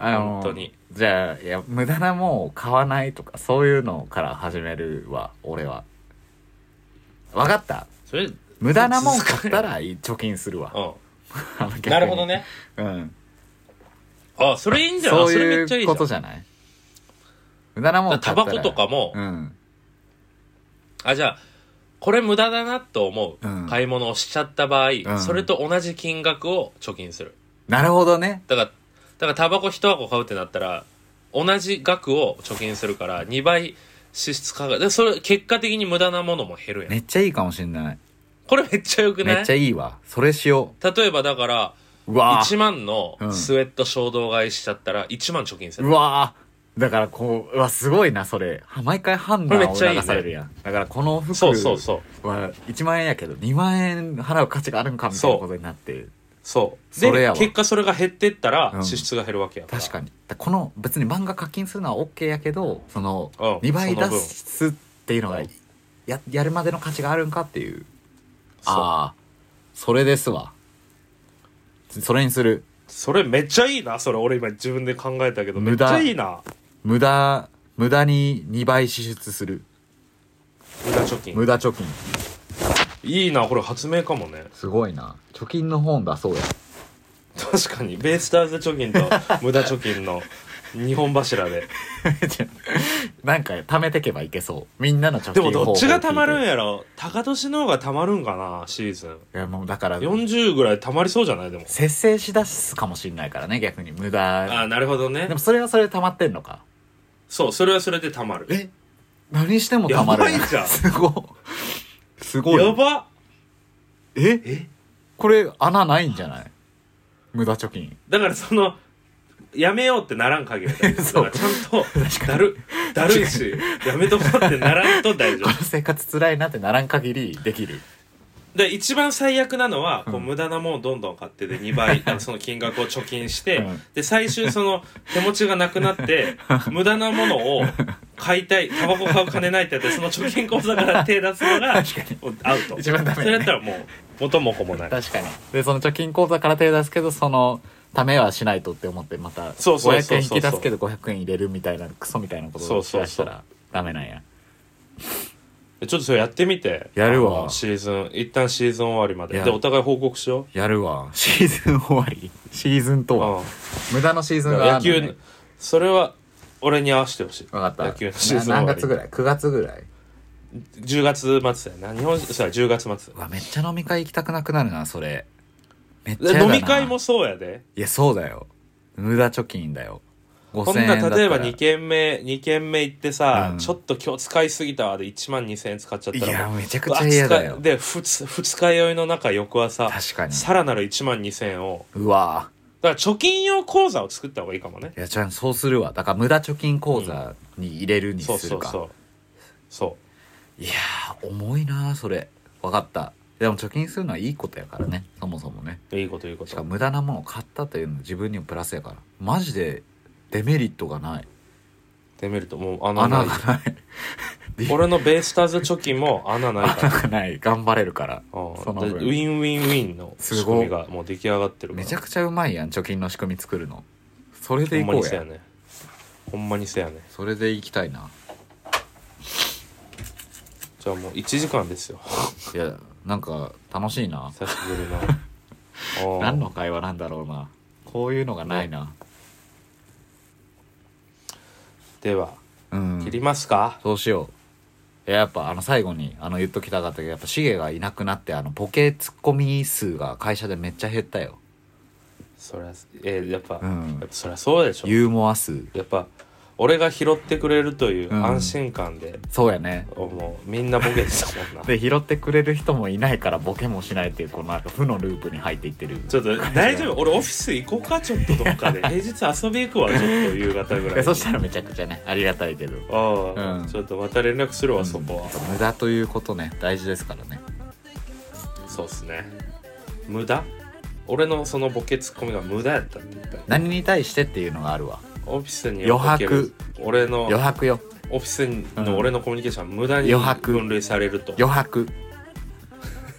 B: あの
A: 本当に
B: じゃあいや無駄なもんを買わないとかそういうのから始めるわ俺は分かった
A: それうん
B: 無駄なもん買ったらいい貯金するわあの逆に
A: なるほどね
B: うん
A: あそれいいんじゃない
B: そう
A: それめっちゃいい
B: い
A: うじゃ
B: こ
A: ん
B: とじゃない無駄なもん買っ
A: タ
B: たら
A: バコとかも、
B: うん
A: あじゃあこれ無駄だなと思う、
B: うん
A: 買い物をしちゃった場合、
B: ん
A: それと同じ金額を貯金する
B: なるほどね
A: だからだからタバコ1箱買うってなったら同じ額を貯金するから2倍支出かかるでそれ結果的に無駄なものも減るやん、
B: めっちゃいいかもしんない
A: これめっちゃよくな
B: め
A: い
B: っちゃいいわそれしよ
A: 例えばだから
B: ううわー
A: 1万の
B: うん
A: スウェット衝動買いしちゃったら1万貯金する、
B: うわーだからこううわすごいなそれは毎回判断を
A: これめっちゃいいね
B: 促されるやんだからこの服
A: そうそうそう
B: は1万円やけど2万円払う価値があるんかみたいなことになって
A: そう
B: それや
A: で
B: わ
A: 結果それが減ってった
B: う
A: ら
B: ん
A: 支出が減るわけやから、
B: 確かにだこの別に漫画課金するのは OK やけどその
A: うん
B: 2倍
A: その
B: 出
A: 分
B: すっていうのが
A: うん
B: ややるまでの価値があるんかっていう
A: そう
B: ああそれですわそれにする
A: それめっちゃいいなそれ俺今自分で考えたけどめっ
B: 無
A: ち
B: 駄
A: ゃいいな
B: 無駄無駄に2倍支出する
A: 無駄貯金
B: 無駄貯金
A: いいなこれ発明かもね
B: すごいな貯金の本だそうや
A: 確かにベイスターズ貯金と無駄貯金の二本柱で
B: なんか貯めてけばいけそうみんなの貯金
A: でもどっちがたまるん
B: い
A: やろ高年の方がたまるんかなシーズン
B: やもうだから
A: 40ぐらいたまりそうじゃないでも
B: 節制しだすかもしんないからね逆に無
A: ああ
B: 駄
A: なるほどね
B: でもそれはそれで溜まってんのか
A: そうそれはそれでたまる
B: え何しても溜まる
A: やばいじゃん
B: すごいすごい
A: やば
B: え
A: え
B: これ穴ないんじゃない無駄貯金
A: だからそのやめようってならん限りだよ
B: [LAUGHS] そう
A: だからちゃんとだるだるいしやめとこうってならんと大丈
B: こ
A: 夫
B: の生活辛いなってならん限りできる
A: で一番最悪なのはこう
B: うん
A: 無駄なものをどんどん買ってで2倍
B: [LAUGHS]
A: あのその金額を貯金して、
B: うん
A: で最終その手持ちがなくなって
B: [LAUGHS]
A: 無駄なものを買いたいタバコ買う金ないってやってその貯金口座
B: [LAUGHS]
A: から手出すのが
B: 確かに
A: もうアウト
B: 一番ダメだね
A: それやったらもう元も子もない
B: 確かにでその貯金口座から手出すけどそのためはしないとって思ってまた
A: そうそうそうそう
B: 500円引き出すけど500円入れるみたいなクソみたいなこと
A: そう
B: を
A: そうそう
B: ししたらダメなんや
A: でちょっとそれやってみて
B: やるわ
A: あのシーズン一旦シーズン終わりま
B: い
A: で
B: や
A: でお互い報告しよ
B: やるわシーズン終わりシーズンと
A: う、
B: は
A: うん
B: 無駄のシーズンがあ
A: 野
B: る
A: 球
B: のね
A: のそれは俺に合わせてほしい
B: 分かった
A: 野球のシーズン終わ
B: な
A: り
B: 何月ぐらい9月ぐらい
A: 10月末だよな日本そうや10月末
B: うわめっちゃ飲み会行きたくなくなるなそれめっちゃやだ
A: 飲
B: な
A: み会もそうやで
B: いやそうだよ無駄貯金だよ
A: こん
B: 5000円だ
A: な
B: ったら
A: 例えば2軒目二軒目行ってさ、
B: うん
A: ちょっと今日使いすぎたわで1万2000円使っちゃっ
B: い
A: たら
B: や
A: もう
B: めちゃくちゃ嫌だ
A: うわ使
B: よ
A: いで二日二日酔いの中翌朝
B: 確かに
A: さらなる1万2000円を
B: うわ
A: だから貯金用口座を作った方がいいかもね
B: いやじゃあそうするわだから無駄貯金口座に入れるに
A: そう
B: す
A: そ
B: る
A: う
B: か、
A: そうそ
B: いやー重いなーそれ分かったでも貯金するのはいいことやからねそもそもね
A: ういいこといいこ
B: しか
A: と
B: も無駄なものを買ったというのは自分にもプラスやからマジでデメリットがない
A: で見るともう穴な
B: 穴
A: い
B: がない
A: 俺のベイスターズ貯金も穴ないから
B: [LAUGHS] 穴がない頑張れるから
A: うん
B: その
A: で
B: 分
A: ウィンウィンウィンの
B: す
A: 仕
B: ごい
A: 組みがもう出来上がってるから
B: めちゃくちゃうまいやん貯金の仕組み作るのそれ
A: ほ
B: でい
A: んま
B: こ
A: に
B: う
A: せや
B: や
A: ねほんまにせやね
B: それでいきたいな
A: じゃあもう1時間ですよ
B: いやなんか楽しいな
A: 久しぶりの
B: [LAUGHS]
A: おー
B: 何の会話なんだろうなこういうのがないな
A: では
B: うん
A: 切りますか、
B: そうしよう。いややっぱあの最後にあの言っときたかったけどやっぱシゲがいなくなってあのボケツッコミ数が会社でめっちゃ減ったよ
A: そりゃえーやっぱ、
B: うん
A: やっぱそりゃそうでしょ
B: ユーモア数
A: やっぱ俺が拾ってくれるという
B: うん
A: 安心感で、
B: そうやね
A: もうみんなボケてたもんな
B: [LAUGHS] で拾ってくれる人もいないからボケもしないっていうこのなんか負のループに入っていってる
A: ちょっと [LAUGHS] 大丈夫俺オフィス行こうかちょっとどっか
B: [LAUGHS]
A: で平日遊び行くわちょっと夕方ぐら
B: え
A: い
B: [LAUGHS] そしたらめちゃくちゃねありがたいけど
A: ああ、
B: うん
A: ちょっとまた連絡するわそこは、
B: 無駄ということね大事ですからね
A: そうっすね無駄俺のそのボケツッコミが無駄やったって言った
B: 何に対してっていうのがあるわ
A: オフィスに
B: 余白
A: おける俺の
B: 余白よ
A: オフィス
B: うん
A: の俺のコミュニケーションは無駄に
B: 余白
A: 分類されると
B: 余白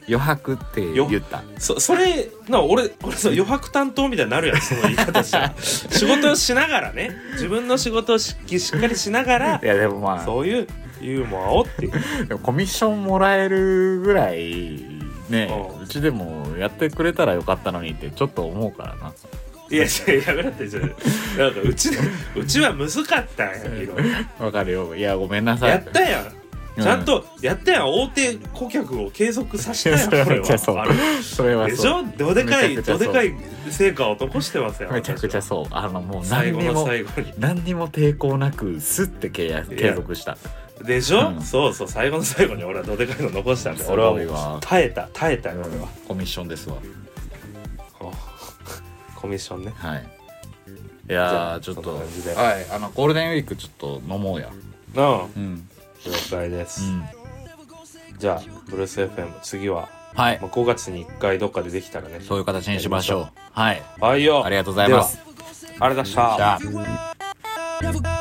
B: 余白って言った
A: そそれな俺俺その余白担当みたいになるやんその言い方した
B: [LAUGHS]
A: ら仕事をしながらね自分の仕事をししっかりしながら
B: [LAUGHS] いやでもまあ
A: そういうユーモアをっていう
B: でもコミッションもらえるぐらいね
A: うん
B: うちでもやってくれたらよかったのにってちょっと思うからない
A: やいややめろってじゃなんかうちうちはむずかったんやいろい
B: わかるよいやごめんな
A: ろ
B: さい
A: やったやん
B: うん
A: ちゃんとやったやん大手顧客を継続させたやん
B: [LAUGHS] それは
A: これは
B: めっちゃそう
A: あれ
B: それは
A: でし
B: そう
A: ょどでか
B: めち
A: い
B: ゃくちゃ
A: ど
B: そ
A: で
B: う
A: かい成果を残してますよ
B: めちゃくちゃそうあのもう
A: 最
B: 何
A: 後
B: に
A: の
B: も
A: 最後に
B: 何にも抵抗なくスッて契約
A: い
B: 継
A: や
B: 続した
A: でしょ、
B: うん
A: そうそう最後の最後に俺はどでかいの残したんです
B: ごい
A: 俺は
B: わ
A: もう耐えた耐えたよ俺は、 [LAUGHS]
B: コミッションですわ
A: おコミッションね
B: はいい
A: じ
B: や
A: ゃ
B: ー
A: あ
B: ちょっ
A: そん
B: と
A: な感じで
B: はいあのゴールデンウィークちょっと飲もうや
A: うん了
B: うん
A: 解です、じゃあブルース FM 次は、
B: はい
A: まあ、5月に1回どっかでできたらね
B: そういう形にしましょうはい
A: はいよ
B: ありがとうございます
A: ではありがとうございました
B: じゃ
C: Never
B: あ